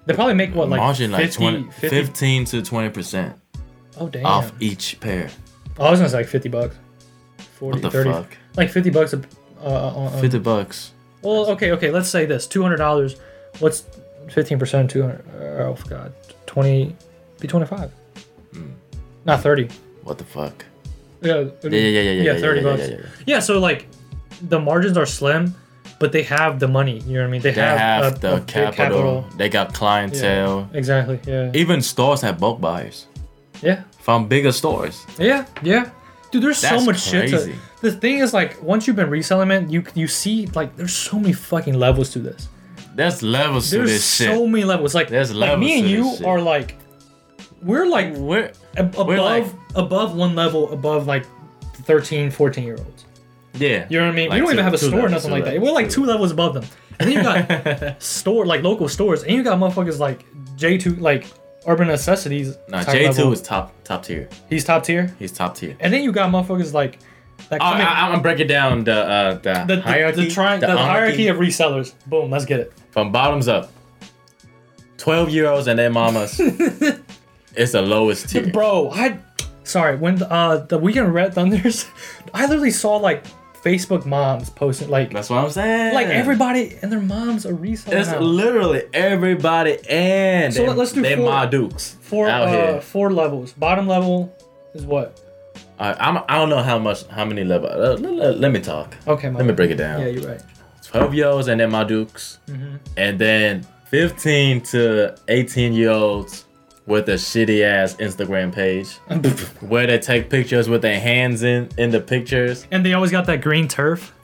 Speaker 2: They probably make what, like,
Speaker 1: margin
Speaker 2: 50,
Speaker 1: like 20,
Speaker 2: 50
Speaker 1: 15 to twenty percent
Speaker 2: Oh, damn.
Speaker 1: off each pair.
Speaker 2: I was gonna say like 50 bucks. 40,
Speaker 1: What the
Speaker 2: 30.
Speaker 1: fuck?
Speaker 2: Like 50 bucks. A, uh, on, on-
Speaker 1: Fifty bucks.
Speaker 2: Well, okay, okay. Let's say this $200. What's 15% of 200? Oh, God. 20. Be 25.
Speaker 1: Hmm.
Speaker 2: Not 30.
Speaker 1: What the fuck?
Speaker 2: Yeah,
Speaker 1: Yeah yeah yeah yeah yeah.
Speaker 2: 30
Speaker 1: yeah, yeah,
Speaker 2: bucks.
Speaker 1: yeah,
Speaker 2: Yeah,
Speaker 1: yeah, yeah.
Speaker 2: so like the margins are slim, but they have the money. You know what I mean? They,
Speaker 1: They have,
Speaker 2: a-
Speaker 1: the
Speaker 2: a big
Speaker 1: capital. They got
Speaker 2: uh, Yeah,
Speaker 1: clientele.
Speaker 2: Exactly. Yeah.
Speaker 1: Even stores have bulk buyers
Speaker 2: yeah.
Speaker 1: from bigger stores.
Speaker 2: Yeah, yeah. Dude, there's
Speaker 1: That's
Speaker 2: so much shit.
Speaker 1: crazy.
Speaker 2: To, the thing is, like, once you've been reselling it, you you see, like, there's so many fucking levels to this.
Speaker 1: There's levels to
Speaker 2: There's
Speaker 1: this
Speaker 2: so
Speaker 1: shit.
Speaker 2: many levels. Like,
Speaker 1: There's
Speaker 2: like
Speaker 1: levels
Speaker 2: me and
Speaker 1: to
Speaker 2: you
Speaker 1: this shit.
Speaker 2: are like, we're like ab-
Speaker 1: We're
Speaker 2: above
Speaker 1: like-
Speaker 2: above one level above like 13, 14 year olds.
Speaker 1: yeah.
Speaker 2: You know what I mean?
Speaker 1: Like
Speaker 2: we don't
Speaker 1: two-
Speaker 2: even have a
Speaker 1: two
Speaker 2: store or
Speaker 1: levels,
Speaker 2: nothing
Speaker 1: two
Speaker 2: like that.
Speaker 1: levels,
Speaker 2: We're like two levels above them. And then you got store like local stores, and you got motherfuckers like J two like Urban Necessities.
Speaker 1: No,
Speaker 2: type
Speaker 1: J two
Speaker 2: level.
Speaker 1: is top top tier.
Speaker 2: he's top tier.
Speaker 1: He's top tier.
Speaker 2: And then you got motherfuckers like that
Speaker 1: I, I, I'm gonna break it down the uh, the,
Speaker 2: the,
Speaker 1: hierarchy,
Speaker 2: the, the, tri- the, hierarchy of resellers. Boom, let's get it.
Speaker 1: from bottoms up. Twelve year olds and their mamas. it's the lowest tier.
Speaker 2: Bro, I sorry, when the, uh the weekend red thunders, I literally saw like Facebook moms posting like
Speaker 1: That's what I'm saying.
Speaker 2: like everybody and their moms are reselling
Speaker 1: It's
Speaker 2: now.
Speaker 1: literally everybody and
Speaker 2: So
Speaker 1: they,
Speaker 2: let- let's do
Speaker 1: they
Speaker 2: four-
Speaker 1: ma dukes
Speaker 2: four
Speaker 1: out
Speaker 2: uh,
Speaker 1: here.
Speaker 2: four levels. Bottom level is what?
Speaker 1: Alright, I'm, I don't know how much how many level. uh, let, let- let me talk.
Speaker 2: Okay, my
Speaker 1: Let me
Speaker 2: bad.
Speaker 1: break it down.
Speaker 2: Yeah, Mm-hmm. you're right.
Speaker 1: Twelve year olds and then my dukes, and then fifteen to eighteen year olds with a shitty ass Instagram page where they take pictures with their hands in in the pictures
Speaker 2: And they always got that green turf.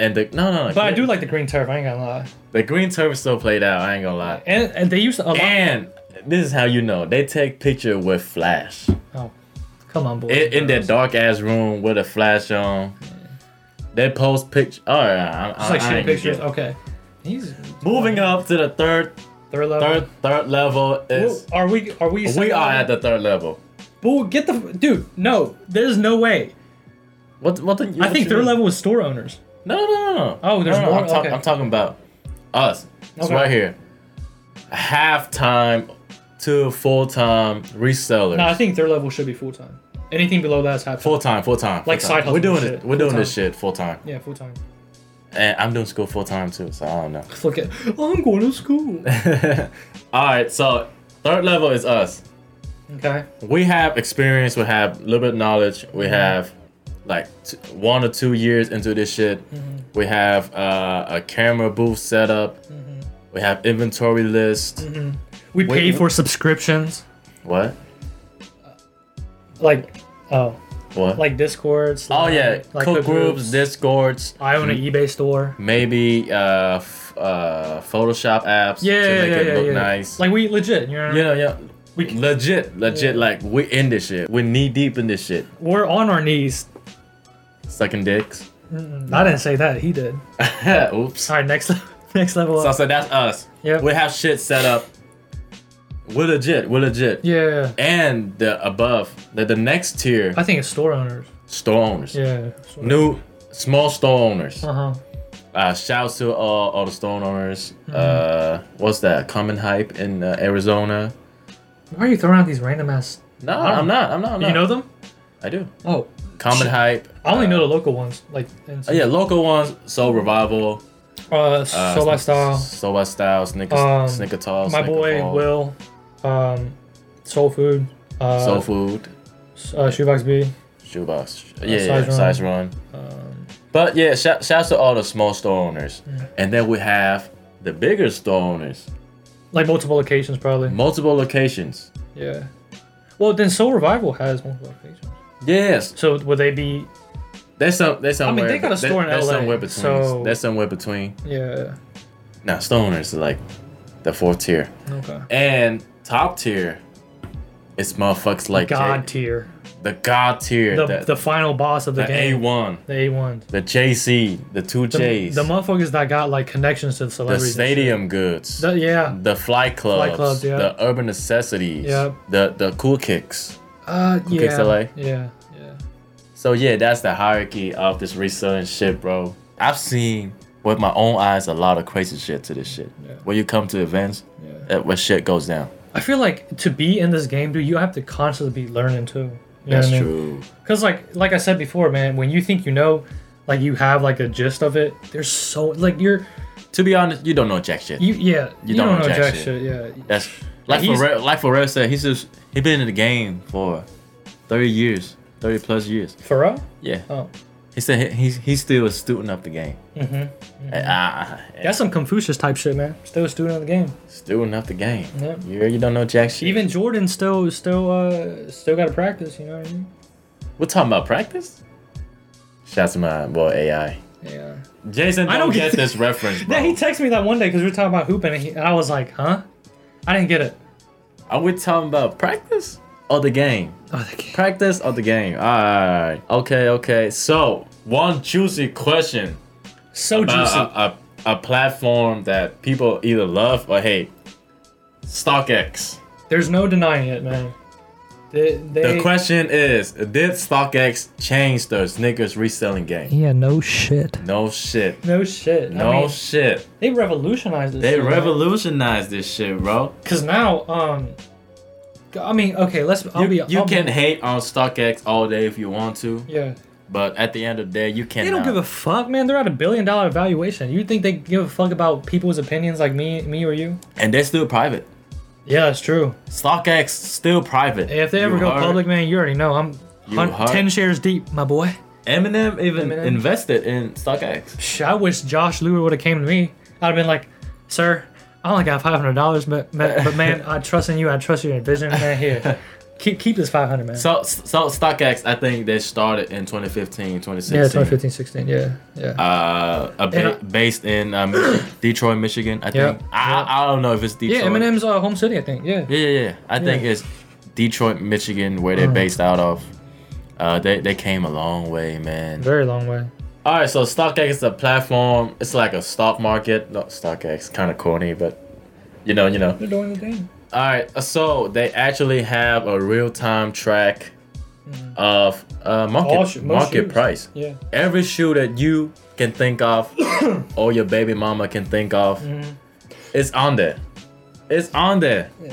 Speaker 1: and the no no. no
Speaker 2: But I do like the green turf, I ain't gonna lie.
Speaker 1: the green turf is still played out. I ain't gonna lie.
Speaker 2: And, and they used to a lot.
Speaker 1: And this is how you know they take picture with flash.
Speaker 2: oh, come on, boy.
Speaker 1: in, in that dark ass room with a flash on. They post pictures. All right, I, I,
Speaker 2: Just like
Speaker 1: I
Speaker 2: shit
Speaker 1: ain't gonna
Speaker 2: pictures.
Speaker 1: get-
Speaker 2: Okay. He's
Speaker 1: Moving up to the third,
Speaker 2: third level.
Speaker 1: third, third level is
Speaker 2: Well, are we? Are we?
Speaker 1: we are at the third level.
Speaker 2: Bull, get the dude. No, there's no way.
Speaker 1: What? What? The,
Speaker 2: I think third
Speaker 1: third
Speaker 2: level is store owners.
Speaker 1: No, no, no, no.
Speaker 2: Oh, there's
Speaker 1: no, no,
Speaker 2: more?
Speaker 1: I'm, talk-
Speaker 2: Okay.
Speaker 1: I'm talking about us. It's
Speaker 2: Okay.
Speaker 1: right here. Half time to full time resellers.
Speaker 2: No, I think third level should be full time. Anything below that is half.
Speaker 1: full time, full time.
Speaker 2: Like side hustle
Speaker 1: We're doing
Speaker 2: shit.
Speaker 1: it. We're doing this shit full time.
Speaker 2: Yeah, full time.
Speaker 1: And I'm doing school full time too, so I don't know.
Speaker 2: Fuck it. I'm going to school.
Speaker 1: All right, so third level is us.
Speaker 2: Okay.
Speaker 1: We have experience. We have a little bit of knowledge. We
Speaker 2: Mm-hmm.
Speaker 1: have like t- one or two years into this shit.
Speaker 2: Mm-hmm.
Speaker 1: We have uh, a camera booth set up.
Speaker 2: Mm-hmm.
Speaker 1: We have inventory list.
Speaker 2: We
Speaker 1: Wait,
Speaker 2: pay
Speaker 1: what?
Speaker 2: for subscriptions,
Speaker 1: What?
Speaker 2: like oh,
Speaker 1: What?
Speaker 2: like Discord.
Speaker 1: oh
Speaker 2: Slack,
Speaker 1: yeah,
Speaker 2: like
Speaker 1: cook
Speaker 2: the
Speaker 1: groups, discords,
Speaker 2: I own an eBay store.
Speaker 1: maybe uh, f- uh, Photoshop apps
Speaker 2: Yeah,
Speaker 1: to
Speaker 2: yeah,
Speaker 1: make
Speaker 2: yeah,
Speaker 1: it
Speaker 2: yeah,
Speaker 1: look
Speaker 2: yeah.
Speaker 1: nice.
Speaker 2: Like we legit, you know. what I mean?
Speaker 1: yeah, yeah.
Speaker 2: We c-
Speaker 1: legit, legit. Like we're in this shit. We're knee deep in this shit.
Speaker 2: We're on our knees.
Speaker 1: Sucking dicks.
Speaker 2: I didn't say that. He did. All
Speaker 1: Oops.
Speaker 2: right, next le- next level
Speaker 1: So,
Speaker 2: up.
Speaker 1: so that's us.
Speaker 2: Yep.
Speaker 1: We have shit set up. We're legit. We're legit.
Speaker 2: Yeah,
Speaker 1: And the above, the, the next tier,
Speaker 2: I think it's store owners.
Speaker 1: store owners.
Speaker 2: Yeah.
Speaker 1: New, small store owners.
Speaker 2: Uh huh.
Speaker 1: Uh, shouts to all, all the store owners.
Speaker 2: Mm-hmm.
Speaker 1: Uh, what's that? Common hype in uh, Arizona.
Speaker 2: Why are you throwing out these random ass?
Speaker 1: No, I'm not. I'm not. I'm
Speaker 2: You
Speaker 1: not.
Speaker 2: know them?
Speaker 1: I do.
Speaker 2: Oh,
Speaker 1: Common hype.
Speaker 2: I only
Speaker 1: uh,
Speaker 2: know the local ones, like in
Speaker 1: uh, yeah, local ones. Soul Revival.
Speaker 2: uh,
Speaker 1: Uh,
Speaker 2: Soul by Style.
Speaker 1: Soul by Style. Snicker.
Speaker 2: Um,
Speaker 1: Snicker Tall.
Speaker 2: My
Speaker 1: Snicker
Speaker 2: boy
Speaker 1: Ball,
Speaker 2: Will, um, Soul Food, uh,
Speaker 1: Soul Food.
Speaker 2: uh, Shoebox B. um,
Speaker 1: Shoebox. Yeah,
Speaker 2: uh, size
Speaker 1: yeah,
Speaker 2: run.
Speaker 1: size run. But yeah, shout, shouts to all the small store owners.
Speaker 2: Mm.
Speaker 1: And then we have the bigger store owners,
Speaker 2: Like multiple locations, probably.
Speaker 1: multiple locations.
Speaker 2: Yeah. Well, then Soul Revival has multiple locations.
Speaker 1: Yes,
Speaker 2: So would they be?
Speaker 1: there's some, there's somewhere.
Speaker 2: they got a
Speaker 1: there-
Speaker 2: store in
Speaker 1: there's
Speaker 2: LA,
Speaker 1: Somewhere between,
Speaker 2: so-
Speaker 1: There's somewhere between.
Speaker 2: Yeah.
Speaker 1: Now, store owners are like the fourth tier.
Speaker 2: Okay.
Speaker 1: And top tier is motherfuckers like
Speaker 2: God
Speaker 1: J-
Speaker 2: tier,
Speaker 1: the God tier.
Speaker 2: the,
Speaker 1: the,
Speaker 2: the final boss of the,
Speaker 1: the
Speaker 2: game,
Speaker 1: A1,
Speaker 2: the A ones,
Speaker 1: the JC, the two
Speaker 2: the,
Speaker 1: J's,
Speaker 2: the
Speaker 1: the,
Speaker 2: motherfuckers that got like connections to the celebrities, and shit.
Speaker 1: stadium goods.
Speaker 2: The- yeah,
Speaker 1: The fly clubs,
Speaker 2: clubs, yeah.
Speaker 1: the urban necessities,
Speaker 2: Yeah.
Speaker 1: the the cool kicks.
Speaker 2: uh, yeah,
Speaker 1: Kicks LA.
Speaker 2: yeah, yeah.
Speaker 1: So yeah, that's the hierarchy of this reselling shit, bro. I've seen with my own eyes a lot of crazy shit to this shit.
Speaker 2: Yeah.
Speaker 1: When you come to events,
Speaker 2: Yeah.
Speaker 1: that where shit goes down.
Speaker 2: I feel like to be in this game, dude, you have to constantly be learning too. You know what I mean?
Speaker 1: true.
Speaker 2: Cause like like I said before, man, when you think you know, like you have like a gist of it, there's so like you're
Speaker 1: To be honest, you don't know jack shit.
Speaker 2: you yeah you, don't, know jack shit. yeah.
Speaker 1: that's like
Speaker 2: He's-
Speaker 1: Pharrell, like Pharrell said, he's just he been in the game for thirty years, thirty plus years.
Speaker 2: For real?
Speaker 1: Yeah,
Speaker 2: Oh,
Speaker 1: he said he, he's he's still a student of the game. Mm-hmm.
Speaker 2: that's some Confucius type shit, man. Still a student of the game.
Speaker 1: student of the game.
Speaker 2: Yeah.
Speaker 1: You you don't know jack shit.
Speaker 2: Even Jordan still still uh still got to practice. You know what I mean?
Speaker 1: We're talking about practice. Shout out to my boy AI.
Speaker 2: Yeah.
Speaker 1: Jason,
Speaker 2: I
Speaker 1: I
Speaker 2: don't
Speaker 1: don't
Speaker 2: get
Speaker 1: get this reference,
Speaker 2: Yeah,
Speaker 1: bro.
Speaker 2: he texted me that one day because we were talking about hooping, and, he, and I was like, huh? I didn't get it.
Speaker 1: Are we talking about practice or the game?
Speaker 2: Oh, the game.
Speaker 1: Practice or the game? All right. Okay, okay. So, one juicy question
Speaker 2: So
Speaker 1: about
Speaker 2: juicy.
Speaker 1: a, a, a platform that people either love or hate. StockX.
Speaker 2: There's no denying it, man. They, they,
Speaker 1: The question is, did StockX change the sneakers reselling game?
Speaker 2: Yeah, no shit.
Speaker 1: No shit.
Speaker 2: No shit.
Speaker 1: No
Speaker 2: I mean,
Speaker 1: shit.
Speaker 2: they revolutionized this.
Speaker 1: They
Speaker 2: shit, man.
Speaker 1: revolutionized this shit, bro.
Speaker 2: Cause now, um, I mean, okay, let's. I'll
Speaker 1: You,
Speaker 2: be.
Speaker 1: you
Speaker 2: I'll be-
Speaker 1: can hate on StockX all day if you want to,
Speaker 2: Yeah.
Speaker 1: but at the end of the day, you can't.
Speaker 2: They don't give a fuck, man. They're at a billion dollar valuation. You think they give a fuck about people's opinions like me, me or you?
Speaker 1: and they're still private.
Speaker 2: Yeah, that's true.
Speaker 1: StockX still private.
Speaker 2: If they ever
Speaker 1: You
Speaker 2: go
Speaker 1: heard-
Speaker 2: public, man, you already know. I'm
Speaker 1: You
Speaker 2: hun-
Speaker 1: heard-
Speaker 2: ten shares deep, my boy.
Speaker 1: Eminem even
Speaker 2: Eminem.
Speaker 1: invested in StockX.
Speaker 2: Psh, I wish Josh Lewis would have came to me. I'd have been like, sir, I only got five hundred dollars, but but but, man, I trust in you. I trust your vision, man. Here, keep keep this five hundred, man.
Speaker 1: So, so StockX, I think they started in 2015, 2016.
Speaker 2: yeah, 2015, 16. Yeah, yeah.
Speaker 1: Uh, a ba-
Speaker 2: And
Speaker 1: based in um, Detroit, Michigan, I
Speaker 2: Yeah.
Speaker 1: think. I, I don't know if it's
Speaker 2: Yeah,
Speaker 1: Detroit.
Speaker 2: Eminem's uh, home city, I think. Yeah.
Speaker 1: Yeah, yeah, yeah. I think it's Detroit, Michigan, where they're
Speaker 2: Mm.
Speaker 1: based out of. Uh, they, they came a long way, man.
Speaker 2: Very long way.
Speaker 1: All right, so StockX is a platform. It's like a stock market. Not StockX, kind of corny, but you know, you know.
Speaker 2: They're doing the thing.
Speaker 1: All right, so they actually have a real-time track of uh,
Speaker 2: Hmm. All
Speaker 1: market
Speaker 2: sho- most
Speaker 1: market
Speaker 2: shoes.
Speaker 1: price.
Speaker 2: Yeah.
Speaker 1: Every shoe that you can think of, or your baby mama can think of,
Speaker 2: Mm-hmm.
Speaker 1: it's on there. It's on there,
Speaker 2: Yeah.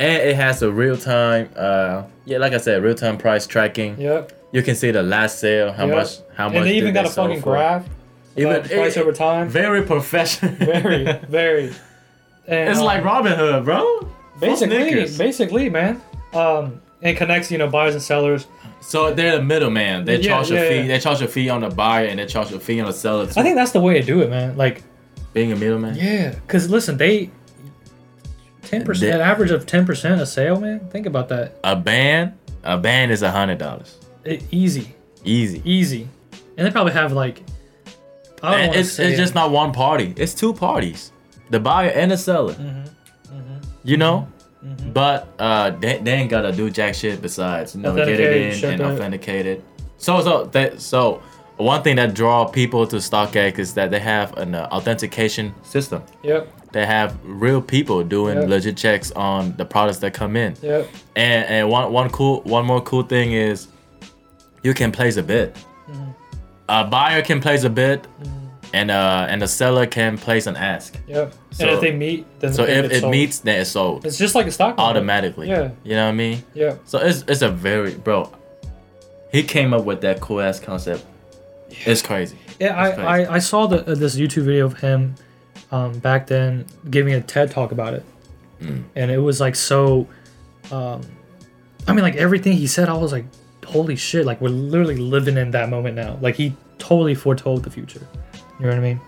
Speaker 1: and it has a real-time. Uh, yeah, like I said, real-time price tracking.
Speaker 2: Yep.
Speaker 1: You can see the last sale, how
Speaker 2: Yep.
Speaker 1: much, how much.
Speaker 2: And they even
Speaker 1: did
Speaker 2: got a
Speaker 1: sell
Speaker 2: fucking
Speaker 1: for.
Speaker 2: graph. uh,
Speaker 1: Even
Speaker 2: price over time.
Speaker 1: very professional.
Speaker 2: Very, very. And,
Speaker 1: it's
Speaker 2: um,
Speaker 1: like Robin Hood, bro. Fuck
Speaker 2: basically,
Speaker 1: Snickers.
Speaker 2: basically, man. Um, and connects you know buyers and sellers.
Speaker 1: So they're the middleman. They
Speaker 2: Yeah,
Speaker 1: charge a
Speaker 2: yeah,
Speaker 1: fee.
Speaker 2: yeah.
Speaker 1: They charge a fee on the buyer and they charge a fee on the seller. Too.
Speaker 2: I think that's the way to do it, man. Like
Speaker 1: being a middleman.
Speaker 2: yeah, because listen, they ten percent
Speaker 1: They-
Speaker 2: average of ten percent a sale, man. Think about that.
Speaker 1: A band, a band is a hundred dollars.
Speaker 2: It, easy,
Speaker 1: Easy.
Speaker 2: easy, and they probably have like. I don't
Speaker 1: And
Speaker 2: wanna
Speaker 1: it's
Speaker 2: say
Speaker 1: it's just not one party. It's two parties, the buyer and the seller.
Speaker 2: Mm-hmm.
Speaker 1: You know. But uh, they, they ain't gotta do jack shit besides you know get
Speaker 2: Authenticate,
Speaker 1: it in
Speaker 2: shut
Speaker 1: and
Speaker 2: that-
Speaker 1: authenticate it. So so that so one thing that draw people to StockX is that they have an uh, authentication system.
Speaker 2: Yep,
Speaker 1: They have real people doing
Speaker 2: Yeah.
Speaker 1: legit checks on the products that come in.
Speaker 2: yep.
Speaker 1: And and one one cool one more cool thing is you can place a bid.
Speaker 2: Mm-hmm.
Speaker 1: A buyer can place a bid and uh and the seller can place an ask.
Speaker 2: Yep. and
Speaker 1: So-
Speaker 2: if they meet, then
Speaker 1: So
Speaker 2: they
Speaker 1: if
Speaker 2: get
Speaker 1: it
Speaker 2: sold.
Speaker 1: meets then it's sold
Speaker 2: it's just like a stock market.
Speaker 1: automatically.
Speaker 2: Yeah.
Speaker 1: You know what I mean?
Speaker 2: Yeah,
Speaker 1: So it's it's a very bro. He came up with that cool ass concept. It's crazy.
Speaker 2: yeah. I,
Speaker 1: crazy.
Speaker 2: I, I saw the uh, this YouTube video of him, um, back then giving a TED talk about it,
Speaker 1: Hmm.
Speaker 2: and it was like so, um, I mean like everything he said, I was like, holy shit! Like we're literally living in that moment now. Like he totally foretold the future. You know what I mean?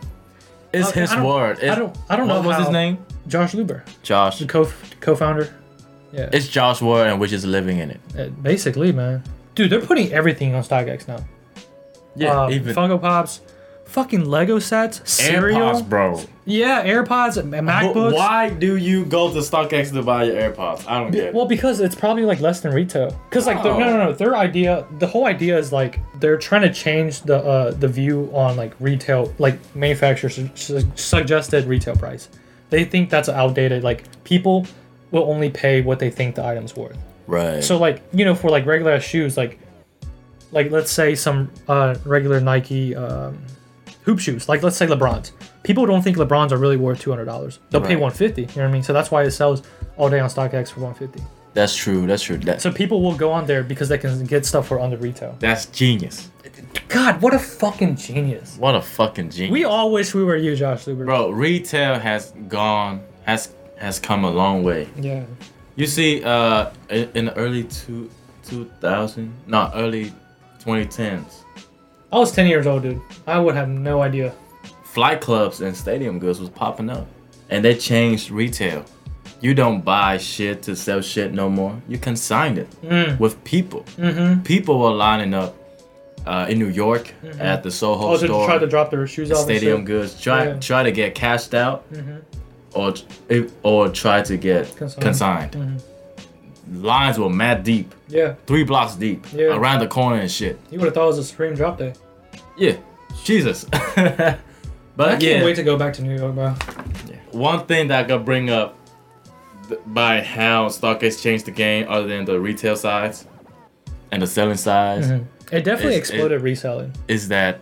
Speaker 1: It's
Speaker 2: Okay,
Speaker 1: his
Speaker 2: I don't-
Speaker 1: word. It's-
Speaker 2: don't- I don't
Speaker 1: what
Speaker 2: know
Speaker 1: was his
Speaker 2: how-
Speaker 1: name.
Speaker 2: Josh Luber,
Speaker 1: Josh.
Speaker 2: the co co-founder. Yeah,
Speaker 1: It's Josh word, and we're just living in it.
Speaker 2: Uh, basically, man. Dude, they're putting everything on StockX now.
Speaker 1: Yeah,
Speaker 2: um,
Speaker 1: even
Speaker 2: Funko Pops, fucking Lego sets, cereal.
Speaker 1: AirPods, bro.
Speaker 2: Yeah, AirPods, and MacBooks.
Speaker 1: Why do you go to StockX to buy your AirPods? I don't get it.
Speaker 2: Well, because it's probably like less than retail. Cause like their- no, no, no, their idea, the whole idea is like they're trying to change the uh, the view on like retail, like manufacturer su- su- suggested retail price. They think that's outdated. Like people will only pay what they think the item's worth.
Speaker 1: Right.
Speaker 2: So like you know for like regular ass shoes like like let's say some uh, regular Nike um, hoop shoes like let's say LeBrons. People don't think LeBrons are really worth two hundred dollars. They'll pay
Speaker 1: Right.
Speaker 2: one fifty. You know what I mean? So that's why it sells all day on StockX for one fifty.
Speaker 1: that's true. That's true. That,
Speaker 2: So people will go on there because they can get stuff for under retail.
Speaker 1: that's genius.
Speaker 2: God, what a fucking genius!
Speaker 1: What a fucking genius.
Speaker 2: We all wish we were you, Josh Luber.
Speaker 1: bro. Retail has gone has has come a long way.
Speaker 2: Yeah.
Speaker 1: You see, uh, in in the early two two thousand, no, early twenty tens,
Speaker 2: I was ten years old, dude. I would have no idea.
Speaker 1: flight clubs and stadium goods was popping up, and they changed retail. You don't buy shit to sell shit no more. You consign it with people.
Speaker 2: Mm. Mm-hmm.
Speaker 1: People were lining up uh, in New York at the Soho
Speaker 2: Also,
Speaker 1: store,
Speaker 2: try Mm-hmm. Oh, to drop their shoes off. and
Speaker 1: stadium
Speaker 2: shit.
Speaker 1: goods. Try
Speaker 2: Yeah. Mm-hmm.
Speaker 1: try to get cashed out, or eh, or try to get
Speaker 2: Consigned.
Speaker 1: consigned. Lines were mad deep.
Speaker 2: Yeah,
Speaker 1: three blocks deep
Speaker 2: Yeah.
Speaker 1: around the corner and shit.
Speaker 2: you would have thought it was a Supreme drop day.
Speaker 1: Yeah, Jesus. but
Speaker 2: I can't
Speaker 1: yeah,
Speaker 2: wait to go back to New York, bro.
Speaker 1: one thing that I could bring up th- by how StockX changed the game, other than the retail sides and the selling sides,
Speaker 2: Mm-hmm. It definitely
Speaker 1: It's- it-
Speaker 2: exploded reselling.
Speaker 1: is that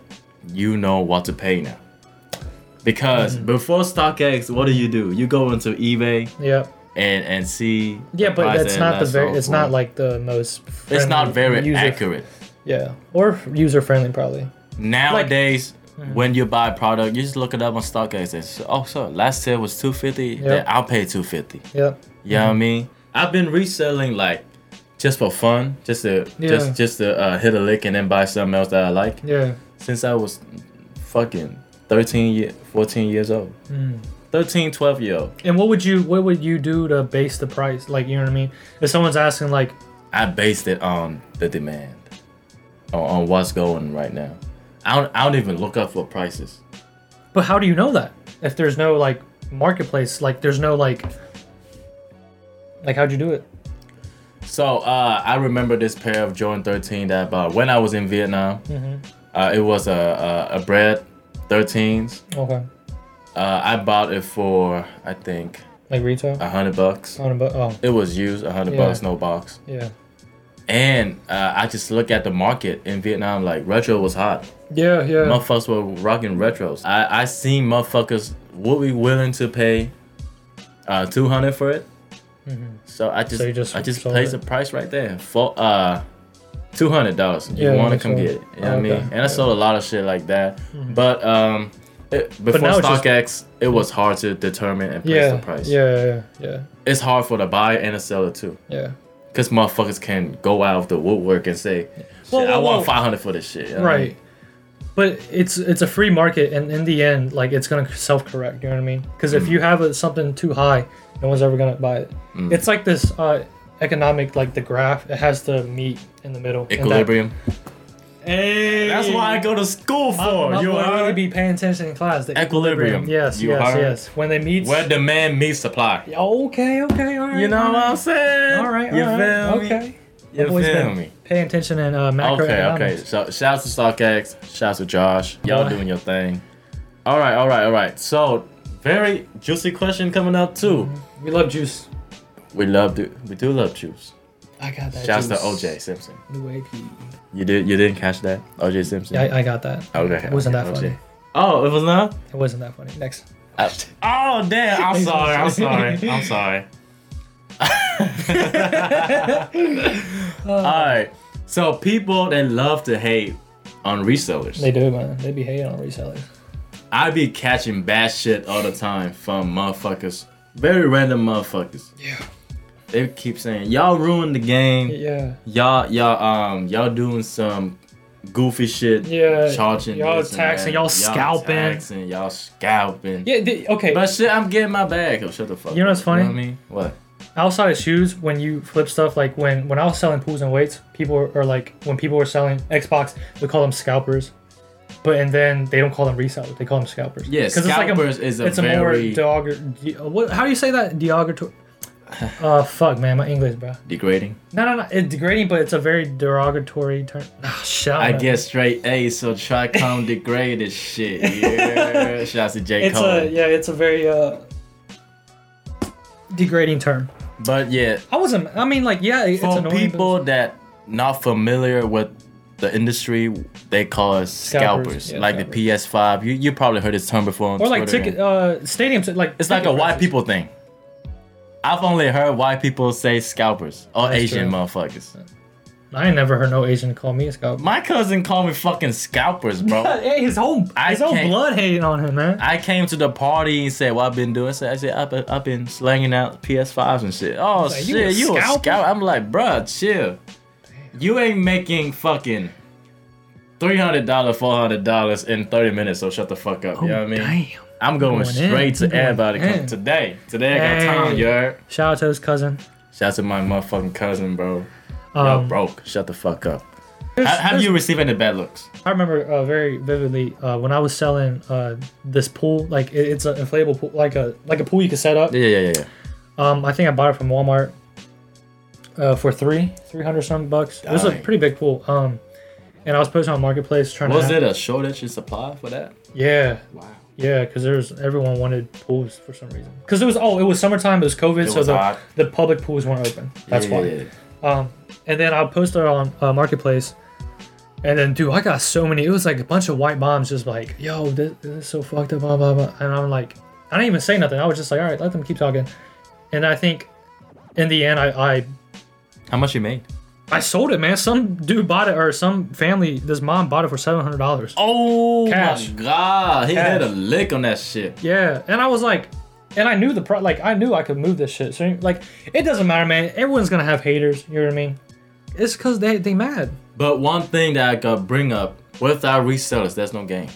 Speaker 1: you know what to pay now. Because
Speaker 2: Mm-hmm.
Speaker 1: before StockX, what do you do? You go into eBay
Speaker 2: Yeah.
Speaker 1: and and see.
Speaker 2: Yeah,
Speaker 1: the
Speaker 2: but
Speaker 1: price
Speaker 2: that's
Speaker 1: and
Speaker 2: not the
Speaker 1: last
Speaker 2: very.
Speaker 1: sold
Speaker 2: It's
Speaker 1: for.
Speaker 2: not like the most.
Speaker 1: It's not
Speaker 2: friendly
Speaker 1: very
Speaker 2: user-
Speaker 1: accurate.
Speaker 2: Yeah, or user friendly probably.
Speaker 1: Nowadays,
Speaker 2: mm.
Speaker 1: when you buy a product, you just look it up on StockX. And say, oh, so last sale was two fifty.
Speaker 2: Yep.
Speaker 1: Then I'll pay two fifty.
Speaker 2: Yeah.
Speaker 1: You know what I mean? I've been reselling like just for fun, just to
Speaker 2: Yeah.
Speaker 1: just just to uh, hit a lick and then buy something else that I like
Speaker 2: Yeah.
Speaker 1: since I was fucking 13, ye- 14 years old. 13, 12 year old.
Speaker 2: Mm. And what would you what would you do to base the price? Like you know what I mean? If someone's asking like,
Speaker 1: I based it on the demand, on, on what's going right now. I don't, I don't even look up for prices.
Speaker 2: but how do you know that if there's no like marketplace? Like there's no like. Like how'd you do it?
Speaker 1: So uh, I remember this pair of Jordan 13 that I bought when I was in Vietnam. Uh, it was a, a, a bread 13s.
Speaker 2: Okay.
Speaker 1: Uh, I bought it for I think
Speaker 2: Like retail.
Speaker 1: a hundred bucks.
Speaker 2: On a bu- oh
Speaker 1: It was used a hundred
Speaker 2: Yeah.
Speaker 1: bucks, no box.
Speaker 2: yeah.
Speaker 1: And uh, I just look at the market in Vietnam. Like retro was hot.
Speaker 2: Yeah yeah.
Speaker 1: Motherfuckers were rocking retros. I I seen motherfuckers would be willing to pay uh, two hundred for it. So I just,
Speaker 2: Mm-hmm. you just
Speaker 1: I just
Speaker 2: sold
Speaker 1: placed
Speaker 2: it.
Speaker 1: the price right there. For uh, two hundred dollars. You
Speaker 2: Yeah,
Speaker 1: want to
Speaker 2: that's
Speaker 1: come
Speaker 2: right.
Speaker 1: get it? You know what I
Speaker 2: Okay.
Speaker 1: mean? And I sold a lot of shit like that.
Speaker 2: Mhm.
Speaker 1: But um, it, before
Speaker 2: now it's just-
Speaker 1: StockX, it was hard to determine and place
Speaker 2: Yeah,
Speaker 1: the price.
Speaker 2: yeah, yeah, yeah,
Speaker 1: It's hard for the buyer and the seller too,
Speaker 2: yeah.
Speaker 1: because motherfuckers can go out of the woodwork and say, shit,
Speaker 2: Whoa,
Speaker 1: "I
Speaker 2: whoa,
Speaker 1: want
Speaker 2: whoa.
Speaker 1: five hundred for this shit." you know what I mean?
Speaker 2: Right. But it's it's a free market, and in the end, like it's gonna self correct. You know what I mean? Because if you
Speaker 1: Mm.
Speaker 2: have a, something too high, no one's ever gonna buy it. It's like this uh, economic, like the graph. It has the meat in the middle. and that-
Speaker 1: Equilibrium.
Speaker 2: Hey,
Speaker 1: That's what I go to school for.
Speaker 2: I'm
Speaker 1: you
Speaker 2: not really
Speaker 1: heard?
Speaker 2: be paying attention in class. The
Speaker 1: Equilibrium.
Speaker 2: Yes,
Speaker 1: You
Speaker 2: yes,
Speaker 1: heard?
Speaker 2: yes. When they meet.
Speaker 1: Where demand meets supply.
Speaker 2: okay, okay, all right.
Speaker 1: You know what
Speaker 2: all right.
Speaker 1: I'm saying?
Speaker 2: All right, all
Speaker 1: You
Speaker 2: right.
Speaker 1: feel me?
Speaker 2: okay.
Speaker 1: You
Speaker 2: Always
Speaker 1: feel
Speaker 2: been
Speaker 1: me?
Speaker 2: Paying attention in uh, macro
Speaker 1: Okay, okay. So shouts to StockX, shouts to Josh. Y'all
Speaker 2: Boy.
Speaker 1: doing your thing. All right, all right, all right. So very juicy question coming up too.
Speaker 2: We love juice.
Speaker 1: We love to, we do love juice.
Speaker 2: I got that.
Speaker 1: Shouts to
Speaker 2: juice.
Speaker 1: OJ Simpson.
Speaker 2: New AP.
Speaker 1: You did you didn't catch that OJ Simpson?
Speaker 2: Yeah, I, I got that.
Speaker 1: okay.
Speaker 2: It wasn't
Speaker 1: okay,
Speaker 2: that
Speaker 1: OJ.
Speaker 2: funny.
Speaker 1: Oh, it was not.
Speaker 2: It wasn't that funny. Next.
Speaker 1: I- oh damn! I'm sorry. I'm sorry. I'm sorry. all right. So people that love to hate on resellers.
Speaker 2: They do, man. They be hating on resellers.
Speaker 1: I be catching bad shit all the time from motherfuckers. Very random motherfuckers.
Speaker 2: Yeah.
Speaker 1: They keep saying, Y'all ruined the game.
Speaker 2: Yeah.
Speaker 1: Y'all y'all um y'all doing some goofy shit.
Speaker 2: Yeah,
Speaker 1: Charging.
Speaker 2: y'all
Speaker 1: this and
Speaker 2: taxing,
Speaker 1: that.
Speaker 2: y'all scalping.
Speaker 1: Taxing, y'all scalping.
Speaker 2: Yeah. They, okay.
Speaker 1: But shit, I'm getting my bag. Oh shut the fuck
Speaker 2: You know what's
Speaker 1: up,
Speaker 2: funny?
Speaker 1: You know what I mean? What?
Speaker 2: outside of shoes, when you flip stuff, like when when I was selling pools and weights, people were, or like when people were selling Xbox, we call them scalpers. But and then they don't call them resellers; they call them scalpers.
Speaker 1: Yeah, scalpers
Speaker 2: it's like
Speaker 1: is
Speaker 2: a,
Speaker 1: a
Speaker 2: it's a
Speaker 1: very-
Speaker 2: more deog- de- what, How do you say that? Derogatory. uh, fuck, man, my English, bro.
Speaker 1: Degrading?
Speaker 2: No, no, no. It's degrading, but it's a very derogatory term. Ah, shut
Speaker 1: I
Speaker 2: up.
Speaker 1: get straight A, so try come degraded shit. Yeah. Shouts to J.
Speaker 2: it's
Speaker 1: Cole.
Speaker 2: a yeah, it's a very uh degrading term.
Speaker 1: But yeah,
Speaker 2: I wasn't. I mean, like, yeah, it- it's
Speaker 1: for
Speaker 2: annoying. but-
Speaker 1: people that not familiar with the industry, they call us
Speaker 2: Scalpers,
Speaker 1: scalpers,
Speaker 2: yeah,
Speaker 1: like
Speaker 2: scalpers.
Speaker 1: the PS5. You you probably heard this term before on
Speaker 2: or like
Speaker 1: Twitter.
Speaker 2: ticket uh stadiums, like
Speaker 1: it's like a
Speaker 2: ticket
Speaker 1: white
Speaker 2: prices.
Speaker 1: people thing. I've only heard white people say scalpers or
Speaker 2: That's
Speaker 1: Asian
Speaker 2: true.
Speaker 1: motherfuckers.
Speaker 2: I ain't never heard no Asian call me a scout.
Speaker 1: My cousin called me fucking scalpers, bro.
Speaker 2: hey, his whole
Speaker 1: I
Speaker 2: his own
Speaker 1: can't-
Speaker 2: blood hating on him, man.
Speaker 1: I came to the party and said, "What I've been doing?" I said, "I said I've been, I've been slanging out PS5s and shit." Oh
Speaker 2: like, you a
Speaker 1: shit, you a
Speaker 2: scalper?
Speaker 1: scalper? I'm like, bruh, chill. You ain't making fucking three hundred dollars, four hundred dollars in thirty minutes. So shut the fuck up. you know what I mean?
Speaker 2: Oh, Damn.
Speaker 1: I'm going
Speaker 2: Going in,
Speaker 1: straight to
Speaker 2: you going
Speaker 1: everybody come-
Speaker 2: in.
Speaker 1: today. Today I got time,
Speaker 2: Hey.
Speaker 1: you heard?
Speaker 2: Shout out to his cousin.
Speaker 1: Shout out to my motherfucking cousin, bro. Y'all
Speaker 2: Um,
Speaker 1: broke. Shut the fuck up.
Speaker 2: there's-
Speaker 1: Ha- have
Speaker 2: there's-
Speaker 1: you received any bad looks?
Speaker 2: I remember uh, very vividly uh, when I was selling uh, this pool. Like it, it's an inflatable pool, like a like a pool you can set up.
Speaker 1: Yeah, yeah, yeah, yeah.
Speaker 2: Um, I think I bought it from Walmart uh, for three three hundred some bucks. It was a
Speaker 1: Dang.
Speaker 2: pretty big pool. Um, and I was posting on marketplace trying
Speaker 1: Was
Speaker 2: to.
Speaker 1: it a shortage in supply for that?
Speaker 2: Yeah,
Speaker 1: Wow.
Speaker 2: Yeah, because there's everyone wanted pools for some reason. Because it was oh, it was summertime, it was COVID, so
Speaker 1: was
Speaker 2: the,
Speaker 1: hot.
Speaker 2: the public pools weren't open. That's
Speaker 1: yeah,
Speaker 2: why.
Speaker 1: yeah, yeah.
Speaker 2: Um, and then I posted on uh, marketplace, and then dude, I got so many. It was like a bunch of white moms just like, yo, this, this is so fucked up, blah blah blah. And I'm like, I didn't even say nothing. I was just like, all right, let them keep talking. And I think, in the end, I I,
Speaker 1: How much you made?
Speaker 2: I sold it, man. Some dude bought it, or some family, this mom bought it for seven hundred dollars.
Speaker 1: Oh
Speaker 2: Cash.
Speaker 1: my god, he
Speaker 2: Cash.
Speaker 1: had a lick on that shit.
Speaker 2: Yeah, and I was like, and I knew the pro, like I knew I could move this shit. So like, it doesn't matter, man. Everyone's gonna have haters. You know what I mean? It's cause they they mad.
Speaker 1: But one thing that I could bring up with our resellers, there's no game.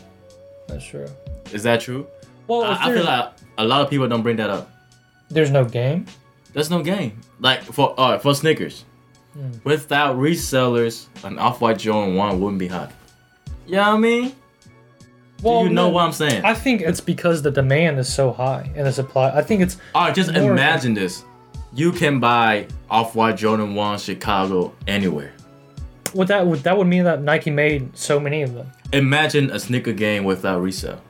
Speaker 2: That's true.
Speaker 1: Is that true?
Speaker 2: Well, if
Speaker 1: I, I
Speaker 2: there's,
Speaker 1: feel like a lot of people don't bring that up.
Speaker 2: there's no game.
Speaker 1: There's no game. Like for uh, for Snickers,
Speaker 2: Hmm.
Speaker 1: without resellers, an off-white Jordan one wouldn't be hot. You know what I mean?
Speaker 2: Well,
Speaker 1: Do you know
Speaker 2: no,
Speaker 1: what I'm saying?
Speaker 2: Oh, I think it's because the demand is so high and the supply. I think it's
Speaker 1: All right, just
Speaker 2: More-
Speaker 1: imagine this. You can buy off-white Jordan one Chicago anywhere.
Speaker 2: what that would that would mean that Nike made so many of them.
Speaker 1: Imagine a sneaker game without resale.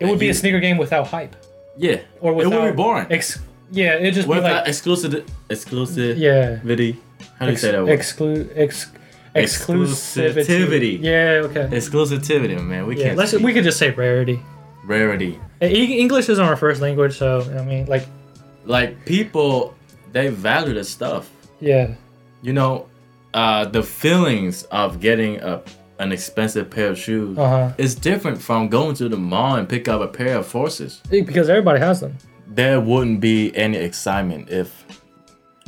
Speaker 2: It would be
Speaker 1: you-
Speaker 2: a sneaker game without hype
Speaker 1: Yeah.
Speaker 2: or
Speaker 1: it
Speaker 2: without
Speaker 1: would be boring.
Speaker 2: Ex- yeah, it just be
Speaker 1: What about
Speaker 2: like
Speaker 1: exclusive exclusive
Speaker 2: yeah.
Speaker 1: Vidi? How do you say that word?
Speaker 2: Exclude ex- exclusivity.
Speaker 1: Exclusivity.
Speaker 2: Yeah. Okay.
Speaker 1: Exclusivity, man. We
Speaker 2: Yeah.
Speaker 1: can't.
Speaker 2: Let's
Speaker 1: speak.
Speaker 2: we could just say rarity.
Speaker 1: rarity.
Speaker 2: E- English isn't our first language, so I mean, like,
Speaker 1: Like people, they value the stuff.
Speaker 2: yeah,
Speaker 1: You know, uh, the feelings of getting a an expensive pair of shoes
Speaker 2: Uh-huh.
Speaker 1: is different from going to the mall and pick up a pair of forces.
Speaker 2: E, Because everybody has them.
Speaker 1: There wouldn't be any excitement if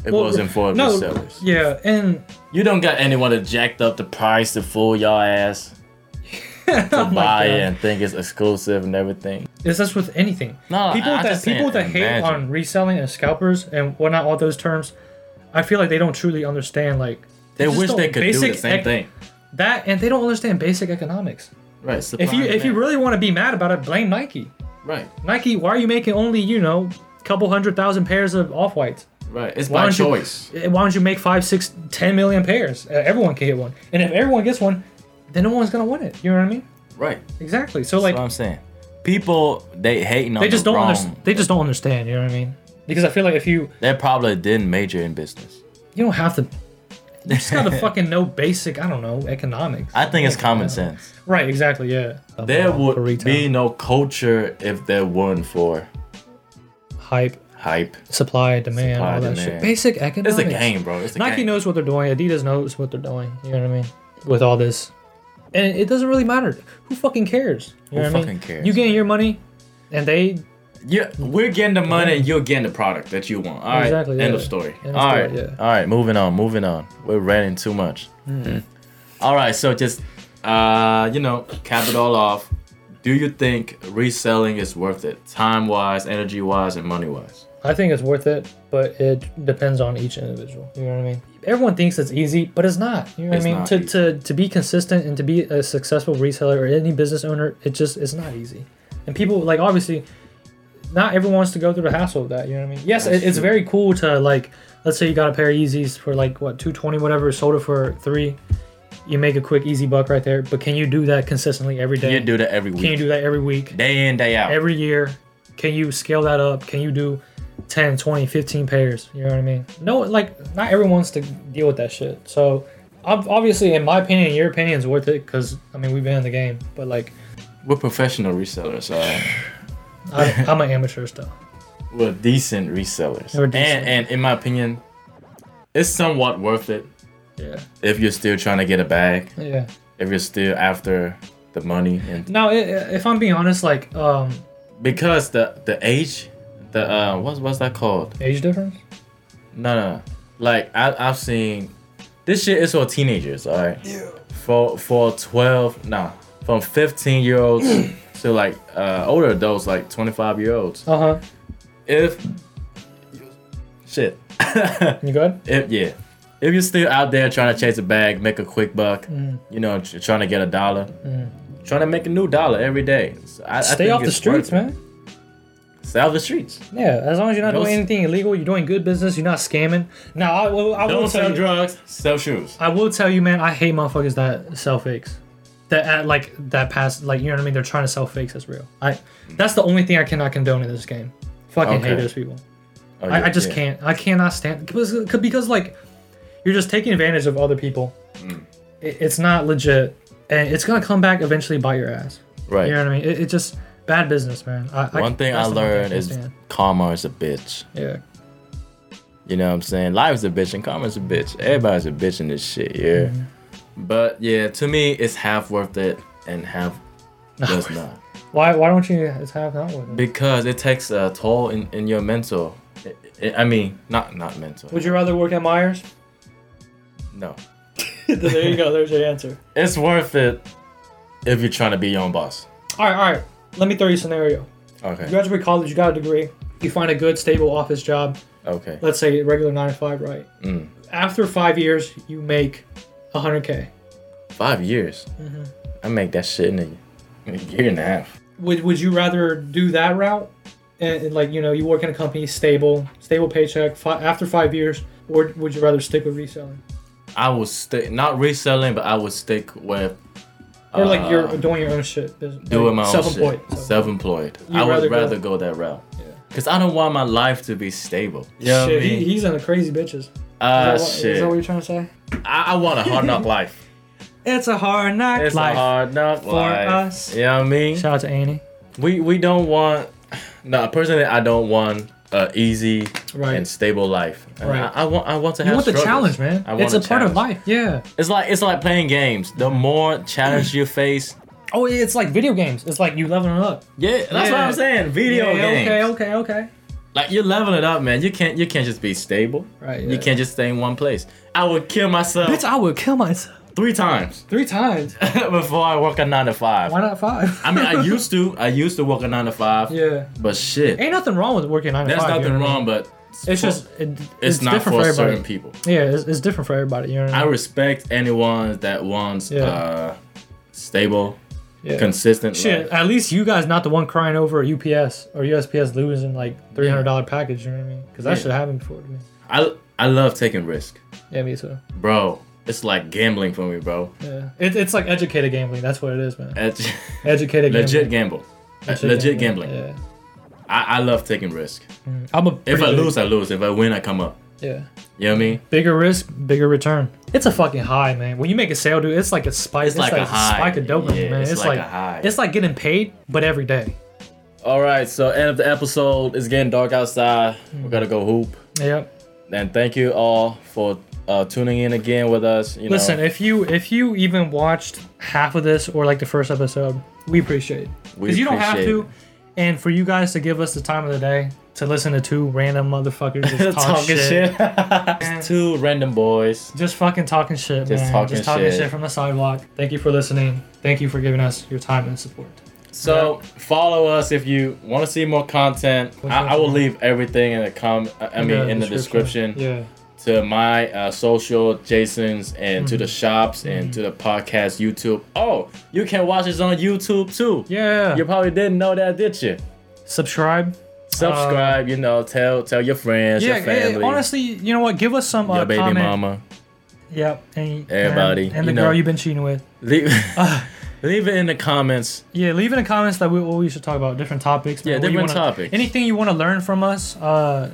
Speaker 1: it
Speaker 2: Well,
Speaker 1: wasn't for
Speaker 2: no,
Speaker 1: resellers.
Speaker 2: Yeah, and
Speaker 1: You don't got anyone to jacked up the price to fool y'all ass to
Speaker 2: Oh my
Speaker 1: buy it
Speaker 2: God.
Speaker 1: and think it's exclusive and everything.
Speaker 2: It's that's with anything.
Speaker 1: No,
Speaker 2: people
Speaker 1: I- I
Speaker 2: that
Speaker 1: just
Speaker 2: people
Speaker 1: can't
Speaker 2: that hate
Speaker 1: imagine.
Speaker 2: on reselling and scalpers and whatnot, all those terms, I feel like they don't truly understand like
Speaker 1: They
Speaker 2: just
Speaker 1: wish
Speaker 2: don't-
Speaker 1: they could do the
Speaker 2: basic
Speaker 1: same
Speaker 2: ec-
Speaker 1: thing.
Speaker 2: that, and they don't understand basic economics.
Speaker 1: Right.
Speaker 2: If
Speaker 1: supply
Speaker 2: you
Speaker 1: and
Speaker 2: if you
Speaker 1: demand.
Speaker 2: really want to be mad about it, blame Nike.
Speaker 1: right,
Speaker 2: Nike, why are you making only you know couple hundred thousand pairs of off whites?
Speaker 1: right, it's
Speaker 2: Why
Speaker 1: by
Speaker 2: don't you-
Speaker 1: choice.
Speaker 2: Why don't you make five, six, ten million pairs? Uh, Everyone can get one, and if everyone gets one, then no one's gonna win it. You know what I mean?
Speaker 1: Right.
Speaker 2: Exactly. So
Speaker 1: That's
Speaker 2: like
Speaker 1: what I'm saying. People they hating on
Speaker 2: they just
Speaker 1: the
Speaker 2: don't
Speaker 1: wrong.
Speaker 2: understand. They just don't understand. You know what I mean? Because I feel like if you
Speaker 1: They probably didn't major in business.
Speaker 2: you don't have to. You just gotta fucking know basic. I don't know economics.
Speaker 1: I think it's common sense.
Speaker 2: Right. Exactly. Yeah.
Speaker 1: There
Speaker 2: Uh, for
Speaker 1: would
Speaker 2: retail.
Speaker 1: be no culture if there weren't for
Speaker 2: hype,
Speaker 1: hype.
Speaker 2: supply, demand,
Speaker 1: Supply,
Speaker 2: all that shit.
Speaker 1: demand.
Speaker 2: Basic
Speaker 1: It's
Speaker 2: economics.
Speaker 1: a game, bro. It's a
Speaker 2: Nike
Speaker 1: game.
Speaker 2: knows what they're doing. Adidas knows what they're doing. You know what I mean? With all this, and it doesn't really matter. Who fucking cares?
Speaker 1: Who
Speaker 2: You know what I mean?
Speaker 1: fucking cares,
Speaker 2: You getting your money, and they
Speaker 1: Yeah, we're getting the money and you're getting the product that you want. All right.
Speaker 2: Exactly,
Speaker 1: End
Speaker 2: yeah.
Speaker 1: of story.
Speaker 2: End of
Speaker 1: All
Speaker 2: story,
Speaker 1: right.
Speaker 2: yeah.
Speaker 1: All right. Moving on. Moving on. We're ranting too much.
Speaker 2: Mm-hmm.
Speaker 1: All right. So just, uh, you know, cap it all off. Do you think reselling is worth it, time wise, energy wise, and money wise?
Speaker 2: I think it's worth it, but it depends on each individual. You know what I mean? Everyone thinks it's easy, but it's not. You know what
Speaker 1: It's
Speaker 2: I mean?
Speaker 1: not
Speaker 2: To,
Speaker 1: easy.
Speaker 2: to to be consistent and to be a successful reseller or any business owner, it just it's not easy. And people like obviously, not everyone wants to go through the hassle of that. You know what I mean? Yes,
Speaker 1: That's
Speaker 2: it, it's
Speaker 1: true.
Speaker 2: very cool to like. Let's say you got a pair of Yeezys for like what two twenty whatever, sold it for three. You make a quick easy buck right there, but can you do that consistently every day?
Speaker 1: You do that every
Speaker 2: can you
Speaker 1: week,
Speaker 2: do that every week?
Speaker 1: day in, day out.
Speaker 2: every year can you scale that up can you do 10 20 15 pairs you know what i mean no like not everyone wants to deal with that shit so ob- obviously in my opinion your opinion is worth it because i mean we've been in the game but like
Speaker 1: we're professional resellers. All right.
Speaker 2: I, i'm an amateur still
Speaker 1: We're decent resellers.
Speaker 2: We're decent.
Speaker 1: And, and in my opinion, it's somewhat worth it
Speaker 2: yeah
Speaker 1: if you're still trying to get a bag,
Speaker 2: yeah
Speaker 1: if you're still after the money and
Speaker 2: no i i- if i'm being honest like um
Speaker 1: because the the age the uh what's what's that called
Speaker 2: age difference
Speaker 1: no no, no. like I, i've seen this shit is for teenagers all right for for 12 nah from 15 year olds to like uh older adults like 25 year olds
Speaker 2: uh-huh
Speaker 1: if shit
Speaker 2: you good
Speaker 1: if yeah if you're still out there trying to chase a bag make a quick buck
Speaker 2: Mm.
Speaker 1: you know tr- trying to get a dollar trying to make a new dollar every day So I, I
Speaker 2: stay
Speaker 1: think
Speaker 2: off the
Speaker 1: it's
Speaker 2: streets
Speaker 1: worth it.
Speaker 2: man
Speaker 1: stay off the streets
Speaker 2: yeah as long as you're not
Speaker 1: Don't
Speaker 2: doing
Speaker 1: s-
Speaker 2: anything illegal you're doing good business you're not scamming now i, will- I will
Speaker 1: don't
Speaker 2: tell
Speaker 1: sell
Speaker 2: you
Speaker 1: drugs sell shoes
Speaker 2: I will tell you, man, I hate motherfuckers that sell fakes. That at like that pass, like you know what I mean. They're trying to sell fakes as real. I that's the only thing I cannot condone in this game. Fucking hate
Speaker 1: Okay.
Speaker 2: those people.
Speaker 1: Oh,
Speaker 2: I,
Speaker 1: yeah,
Speaker 2: I just
Speaker 1: yeah.
Speaker 2: can't. I cannot stand because because like you're just taking advantage of other people.
Speaker 1: Hmm.
Speaker 2: It, it's not legit, and it's gonna come back eventually bite your ass.
Speaker 1: Right.
Speaker 2: You know what I mean? It, it just bad business, man. I,
Speaker 1: one thing I
Speaker 2: that's the one
Speaker 1: learned
Speaker 2: can't
Speaker 1: is
Speaker 2: stand.
Speaker 1: karma is a bitch.
Speaker 2: yeah.
Speaker 1: You know what I'm saying? Life's a bitch and karma's a bitch. Everybody's a bitch in this shit, yeah. But yeah, to me, it's half worth it and half does not.
Speaker 2: Why why don't you just have that with them?
Speaker 1: Because it takes a toll in, in your mental. I- I- I mean, not not mental.
Speaker 2: Would you rather work at Myers?
Speaker 1: No.
Speaker 2: there you go. There's your answer.
Speaker 1: It's worth it if you're trying to be your own boss.
Speaker 2: All right, all right. Let me throw you a scenario. You
Speaker 1: Okay.
Speaker 2: graduate college, you got a degree, you find a good, stable office job,
Speaker 1: Okay.
Speaker 2: let's say a regular nine to five, right?
Speaker 1: Mm.
Speaker 2: After five years, you make 100K.
Speaker 1: Five years. I make that shit in a, in a year and a half.
Speaker 2: Would, would you rather do that route? And, and like, you know, you work in a company, stable, stable paycheck, fi- after five years, or would you rather stick with reselling?
Speaker 1: I would stick, not reselling, but I would stick with
Speaker 2: Or like you're
Speaker 1: Uh,
Speaker 2: doing your own shit. business-
Speaker 1: doing my own
Speaker 2: self-employed,
Speaker 1: shit.
Speaker 2: so-
Speaker 1: Self-employed.
Speaker 2: You'd
Speaker 1: I
Speaker 2: rather
Speaker 1: would
Speaker 2: go-
Speaker 1: rather go, that route.
Speaker 2: Yeah.
Speaker 1: Cause I don't want my life to be stable. You know
Speaker 2: Shit,
Speaker 1: what I
Speaker 2: he,
Speaker 1: mean?
Speaker 2: he's in the crazy bitches.
Speaker 1: Ah,
Speaker 2: is, that what, is that what
Speaker 1: shit.
Speaker 2: you're trying to say?
Speaker 1: I, I want a hard knock life.
Speaker 2: It's a hard knock
Speaker 1: It's a hard knock life.
Speaker 2: us.
Speaker 1: You know what I mean?
Speaker 2: Shout out to Annie.
Speaker 1: We we don't want. No, personally, I don't want a easy
Speaker 2: Right.
Speaker 1: and stable life. And
Speaker 2: Right.
Speaker 1: I, I want I want to have
Speaker 2: you want the
Speaker 1: struggles.
Speaker 2: challenge, man.
Speaker 1: I want
Speaker 2: It's a part of
Speaker 1: challenge.
Speaker 2: life. Yeah.
Speaker 1: It's like it's like playing games. The more challenge you face,
Speaker 2: Oh, it's like video games. It's like you leveling up.
Speaker 1: yeah, that's what
Speaker 2: Yeah.
Speaker 1: I'm saying. Video
Speaker 2: yeah,
Speaker 1: games.
Speaker 2: Okay, okay, okay.
Speaker 1: Like you're leveling it up, man. You can't you can't just be stable.
Speaker 2: Right.
Speaker 1: You can't just stay in one place. I would kill myself
Speaker 2: Bitch, I would kill myself
Speaker 1: three times
Speaker 2: three times.
Speaker 1: before I work a nine to five.
Speaker 2: Why not five?
Speaker 1: I mean, I used to. I used to work a nine to five.
Speaker 2: Yeah.
Speaker 1: But shit,
Speaker 2: Ain't nothing wrong with working nine to
Speaker 1: there's
Speaker 2: five. you
Speaker 1: nothing
Speaker 2: know what I
Speaker 1: wrong.
Speaker 2: mean?
Speaker 1: But
Speaker 2: It's
Speaker 1: for-
Speaker 2: just it,
Speaker 1: it's, not
Speaker 2: different
Speaker 1: for,
Speaker 2: for everybody.
Speaker 1: certain people.
Speaker 2: Yeah, it's, it's different for everybody. You know what
Speaker 1: I
Speaker 2: I mean?
Speaker 1: respect anyone that wants
Speaker 2: Yeah.
Speaker 1: uh, stable,
Speaker 2: Yeah.
Speaker 1: consistent.
Speaker 2: Shit,
Speaker 1: life.
Speaker 2: at least you guys not the one crying over UPS or USPS losing like three hundred dollar package. You know what I mean? Because that
Speaker 1: Yeah.
Speaker 2: should happen before to me.
Speaker 1: I I love taking risk,
Speaker 2: Yeah, me too.
Speaker 1: bro. It's like gambling for me, bro.
Speaker 2: Yeah, it, it's like educated gambling. That's what it is, man.
Speaker 1: It's-
Speaker 2: Educated
Speaker 1: legit
Speaker 2: gambling.
Speaker 1: gamble. Uh, Legit gambling.
Speaker 2: Yeah.
Speaker 1: I, I love taking risk.
Speaker 2: I'm a.
Speaker 1: If
Speaker 2: pretty
Speaker 1: I
Speaker 2: big-
Speaker 1: lose, I lose. If I win, I come up.
Speaker 2: yeah.
Speaker 1: You know what I mean?
Speaker 2: Bigger risk, bigger return. It's a fucking high, man. When you make a sale, dude, it's like a spike. It's,
Speaker 1: like a high.
Speaker 2: spike of dopamine,
Speaker 1: Yeah,
Speaker 2: man.
Speaker 1: it's
Speaker 2: It's,
Speaker 1: like
Speaker 2: like,
Speaker 1: a high.
Speaker 2: it's like getting paid, but every day.
Speaker 1: All right, so end of the episode. It's getting dark outside. We gotta go hoop.
Speaker 2: Yep.
Speaker 1: And thank you all for uh, tuning in again with us. You
Speaker 2: Listen,
Speaker 1: know,
Speaker 2: if you if you even watched half of this or like the first episode, we appreciate it.
Speaker 1: We
Speaker 2: Because you don't have
Speaker 1: appreciate
Speaker 2: to. And for you guys to give us the time of the day to listen to two random motherfuckers just talk
Speaker 1: talking shit.
Speaker 2: shit.
Speaker 1: It's two random boys.
Speaker 2: Just fucking talking shit,
Speaker 1: Just
Speaker 2: man.
Speaker 1: talking
Speaker 2: just talking
Speaker 1: shit.
Speaker 2: shit. from the sidewalk. Thank you for listening. Thank you for giving us your time and support.
Speaker 1: So follow us if you want to see more content.
Speaker 2: What's
Speaker 1: I,
Speaker 2: that?
Speaker 1: I will leave everything in the com. I mean, in the description
Speaker 2: Yeah.
Speaker 1: to my uh, social, Jason's, and to
Speaker 2: Mm-hmm.
Speaker 1: the shops and to the podcast YouTube. Oh, you can watch us on YouTube too.
Speaker 2: Yeah.
Speaker 1: You probably didn't know that, did you?
Speaker 2: Subscribe.
Speaker 1: Subscribe. you know, tell tell your friends,
Speaker 2: Uh, yeah,
Speaker 1: your family,
Speaker 2: eh, honestly, you know what? Give us some uh,
Speaker 1: your baby
Speaker 2: comment.
Speaker 1: mama.
Speaker 2: Yep, and
Speaker 1: Everybody,
Speaker 2: and, and the
Speaker 1: you
Speaker 2: girl
Speaker 1: know.
Speaker 2: you've been cheating with.
Speaker 1: Leave,
Speaker 2: Uh,
Speaker 1: leave it in the comments.
Speaker 2: Yeah, leave in the comments that we what we should talk about different topics.
Speaker 1: Yeah,
Speaker 2: man, what you
Speaker 1: different
Speaker 2: wanna-
Speaker 1: topics.
Speaker 2: Anything you want to learn from us, uh,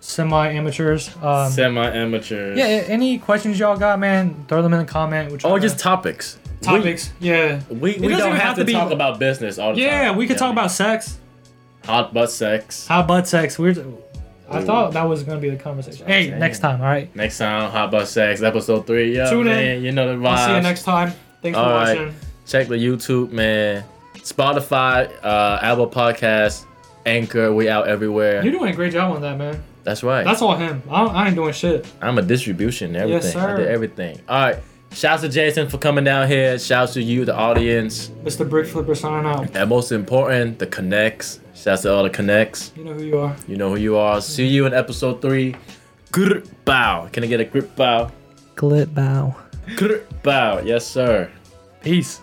Speaker 2: semi amateurs. Um,
Speaker 1: Semi amateurs.
Speaker 2: yeah, a- any questions y'all got, man? Throw them in the comment. Which
Speaker 1: Or Oh, just topics.
Speaker 2: topics. yeah,
Speaker 1: We, we
Speaker 2: doesn't
Speaker 1: don't
Speaker 2: even
Speaker 1: have,
Speaker 2: have
Speaker 1: to,
Speaker 2: to be-
Speaker 1: talk about business all the time.
Speaker 2: yeah. We
Speaker 1: you
Speaker 2: could
Speaker 1: know
Speaker 2: talk
Speaker 1: what I
Speaker 2: about
Speaker 1: mean?
Speaker 2: sex,
Speaker 1: hot butt sex.
Speaker 2: hot butt sex. We're. I
Speaker 1: Ooh.
Speaker 2: thought that was gonna be the conversation.
Speaker 1: That's what I'm
Speaker 2: Hey,
Speaker 1: saying.
Speaker 2: next time, all right.
Speaker 1: Next time, hot butt sex, episode three. Yeah,
Speaker 2: Tune in.
Speaker 1: man, you know the vibes.
Speaker 2: I'll see you next time. Thanks
Speaker 1: All
Speaker 2: for
Speaker 1: right.
Speaker 2: watching.
Speaker 1: Check the YouTube, man. Spotify, uh, Apple Podcasts, Anchor. We out everywhere.
Speaker 2: You're doing a great job on that, man.
Speaker 1: That's right.
Speaker 2: That's all him. I, I ain't doing shit.
Speaker 1: I'm a distribution. and Everything.
Speaker 2: Yes,
Speaker 1: I did
Speaker 2: sir.
Speaker 1: everything. All right. Shouts to Jason for coming down here. Shouts to you, the audience,
Speaker 2: Mr. Brick Flipper signing out.
Speaker 1: and most important, the connects. Shouts to all the connects.
Speaker 2: You know who you are.
Speaker 1: You know who you are. See you in episode three. Grr bow. Can I get a grip bow?
Speaker 2: Glit bow.
Speaker 1: Grr bow. Yes, sir.
Speaker 2: Peace.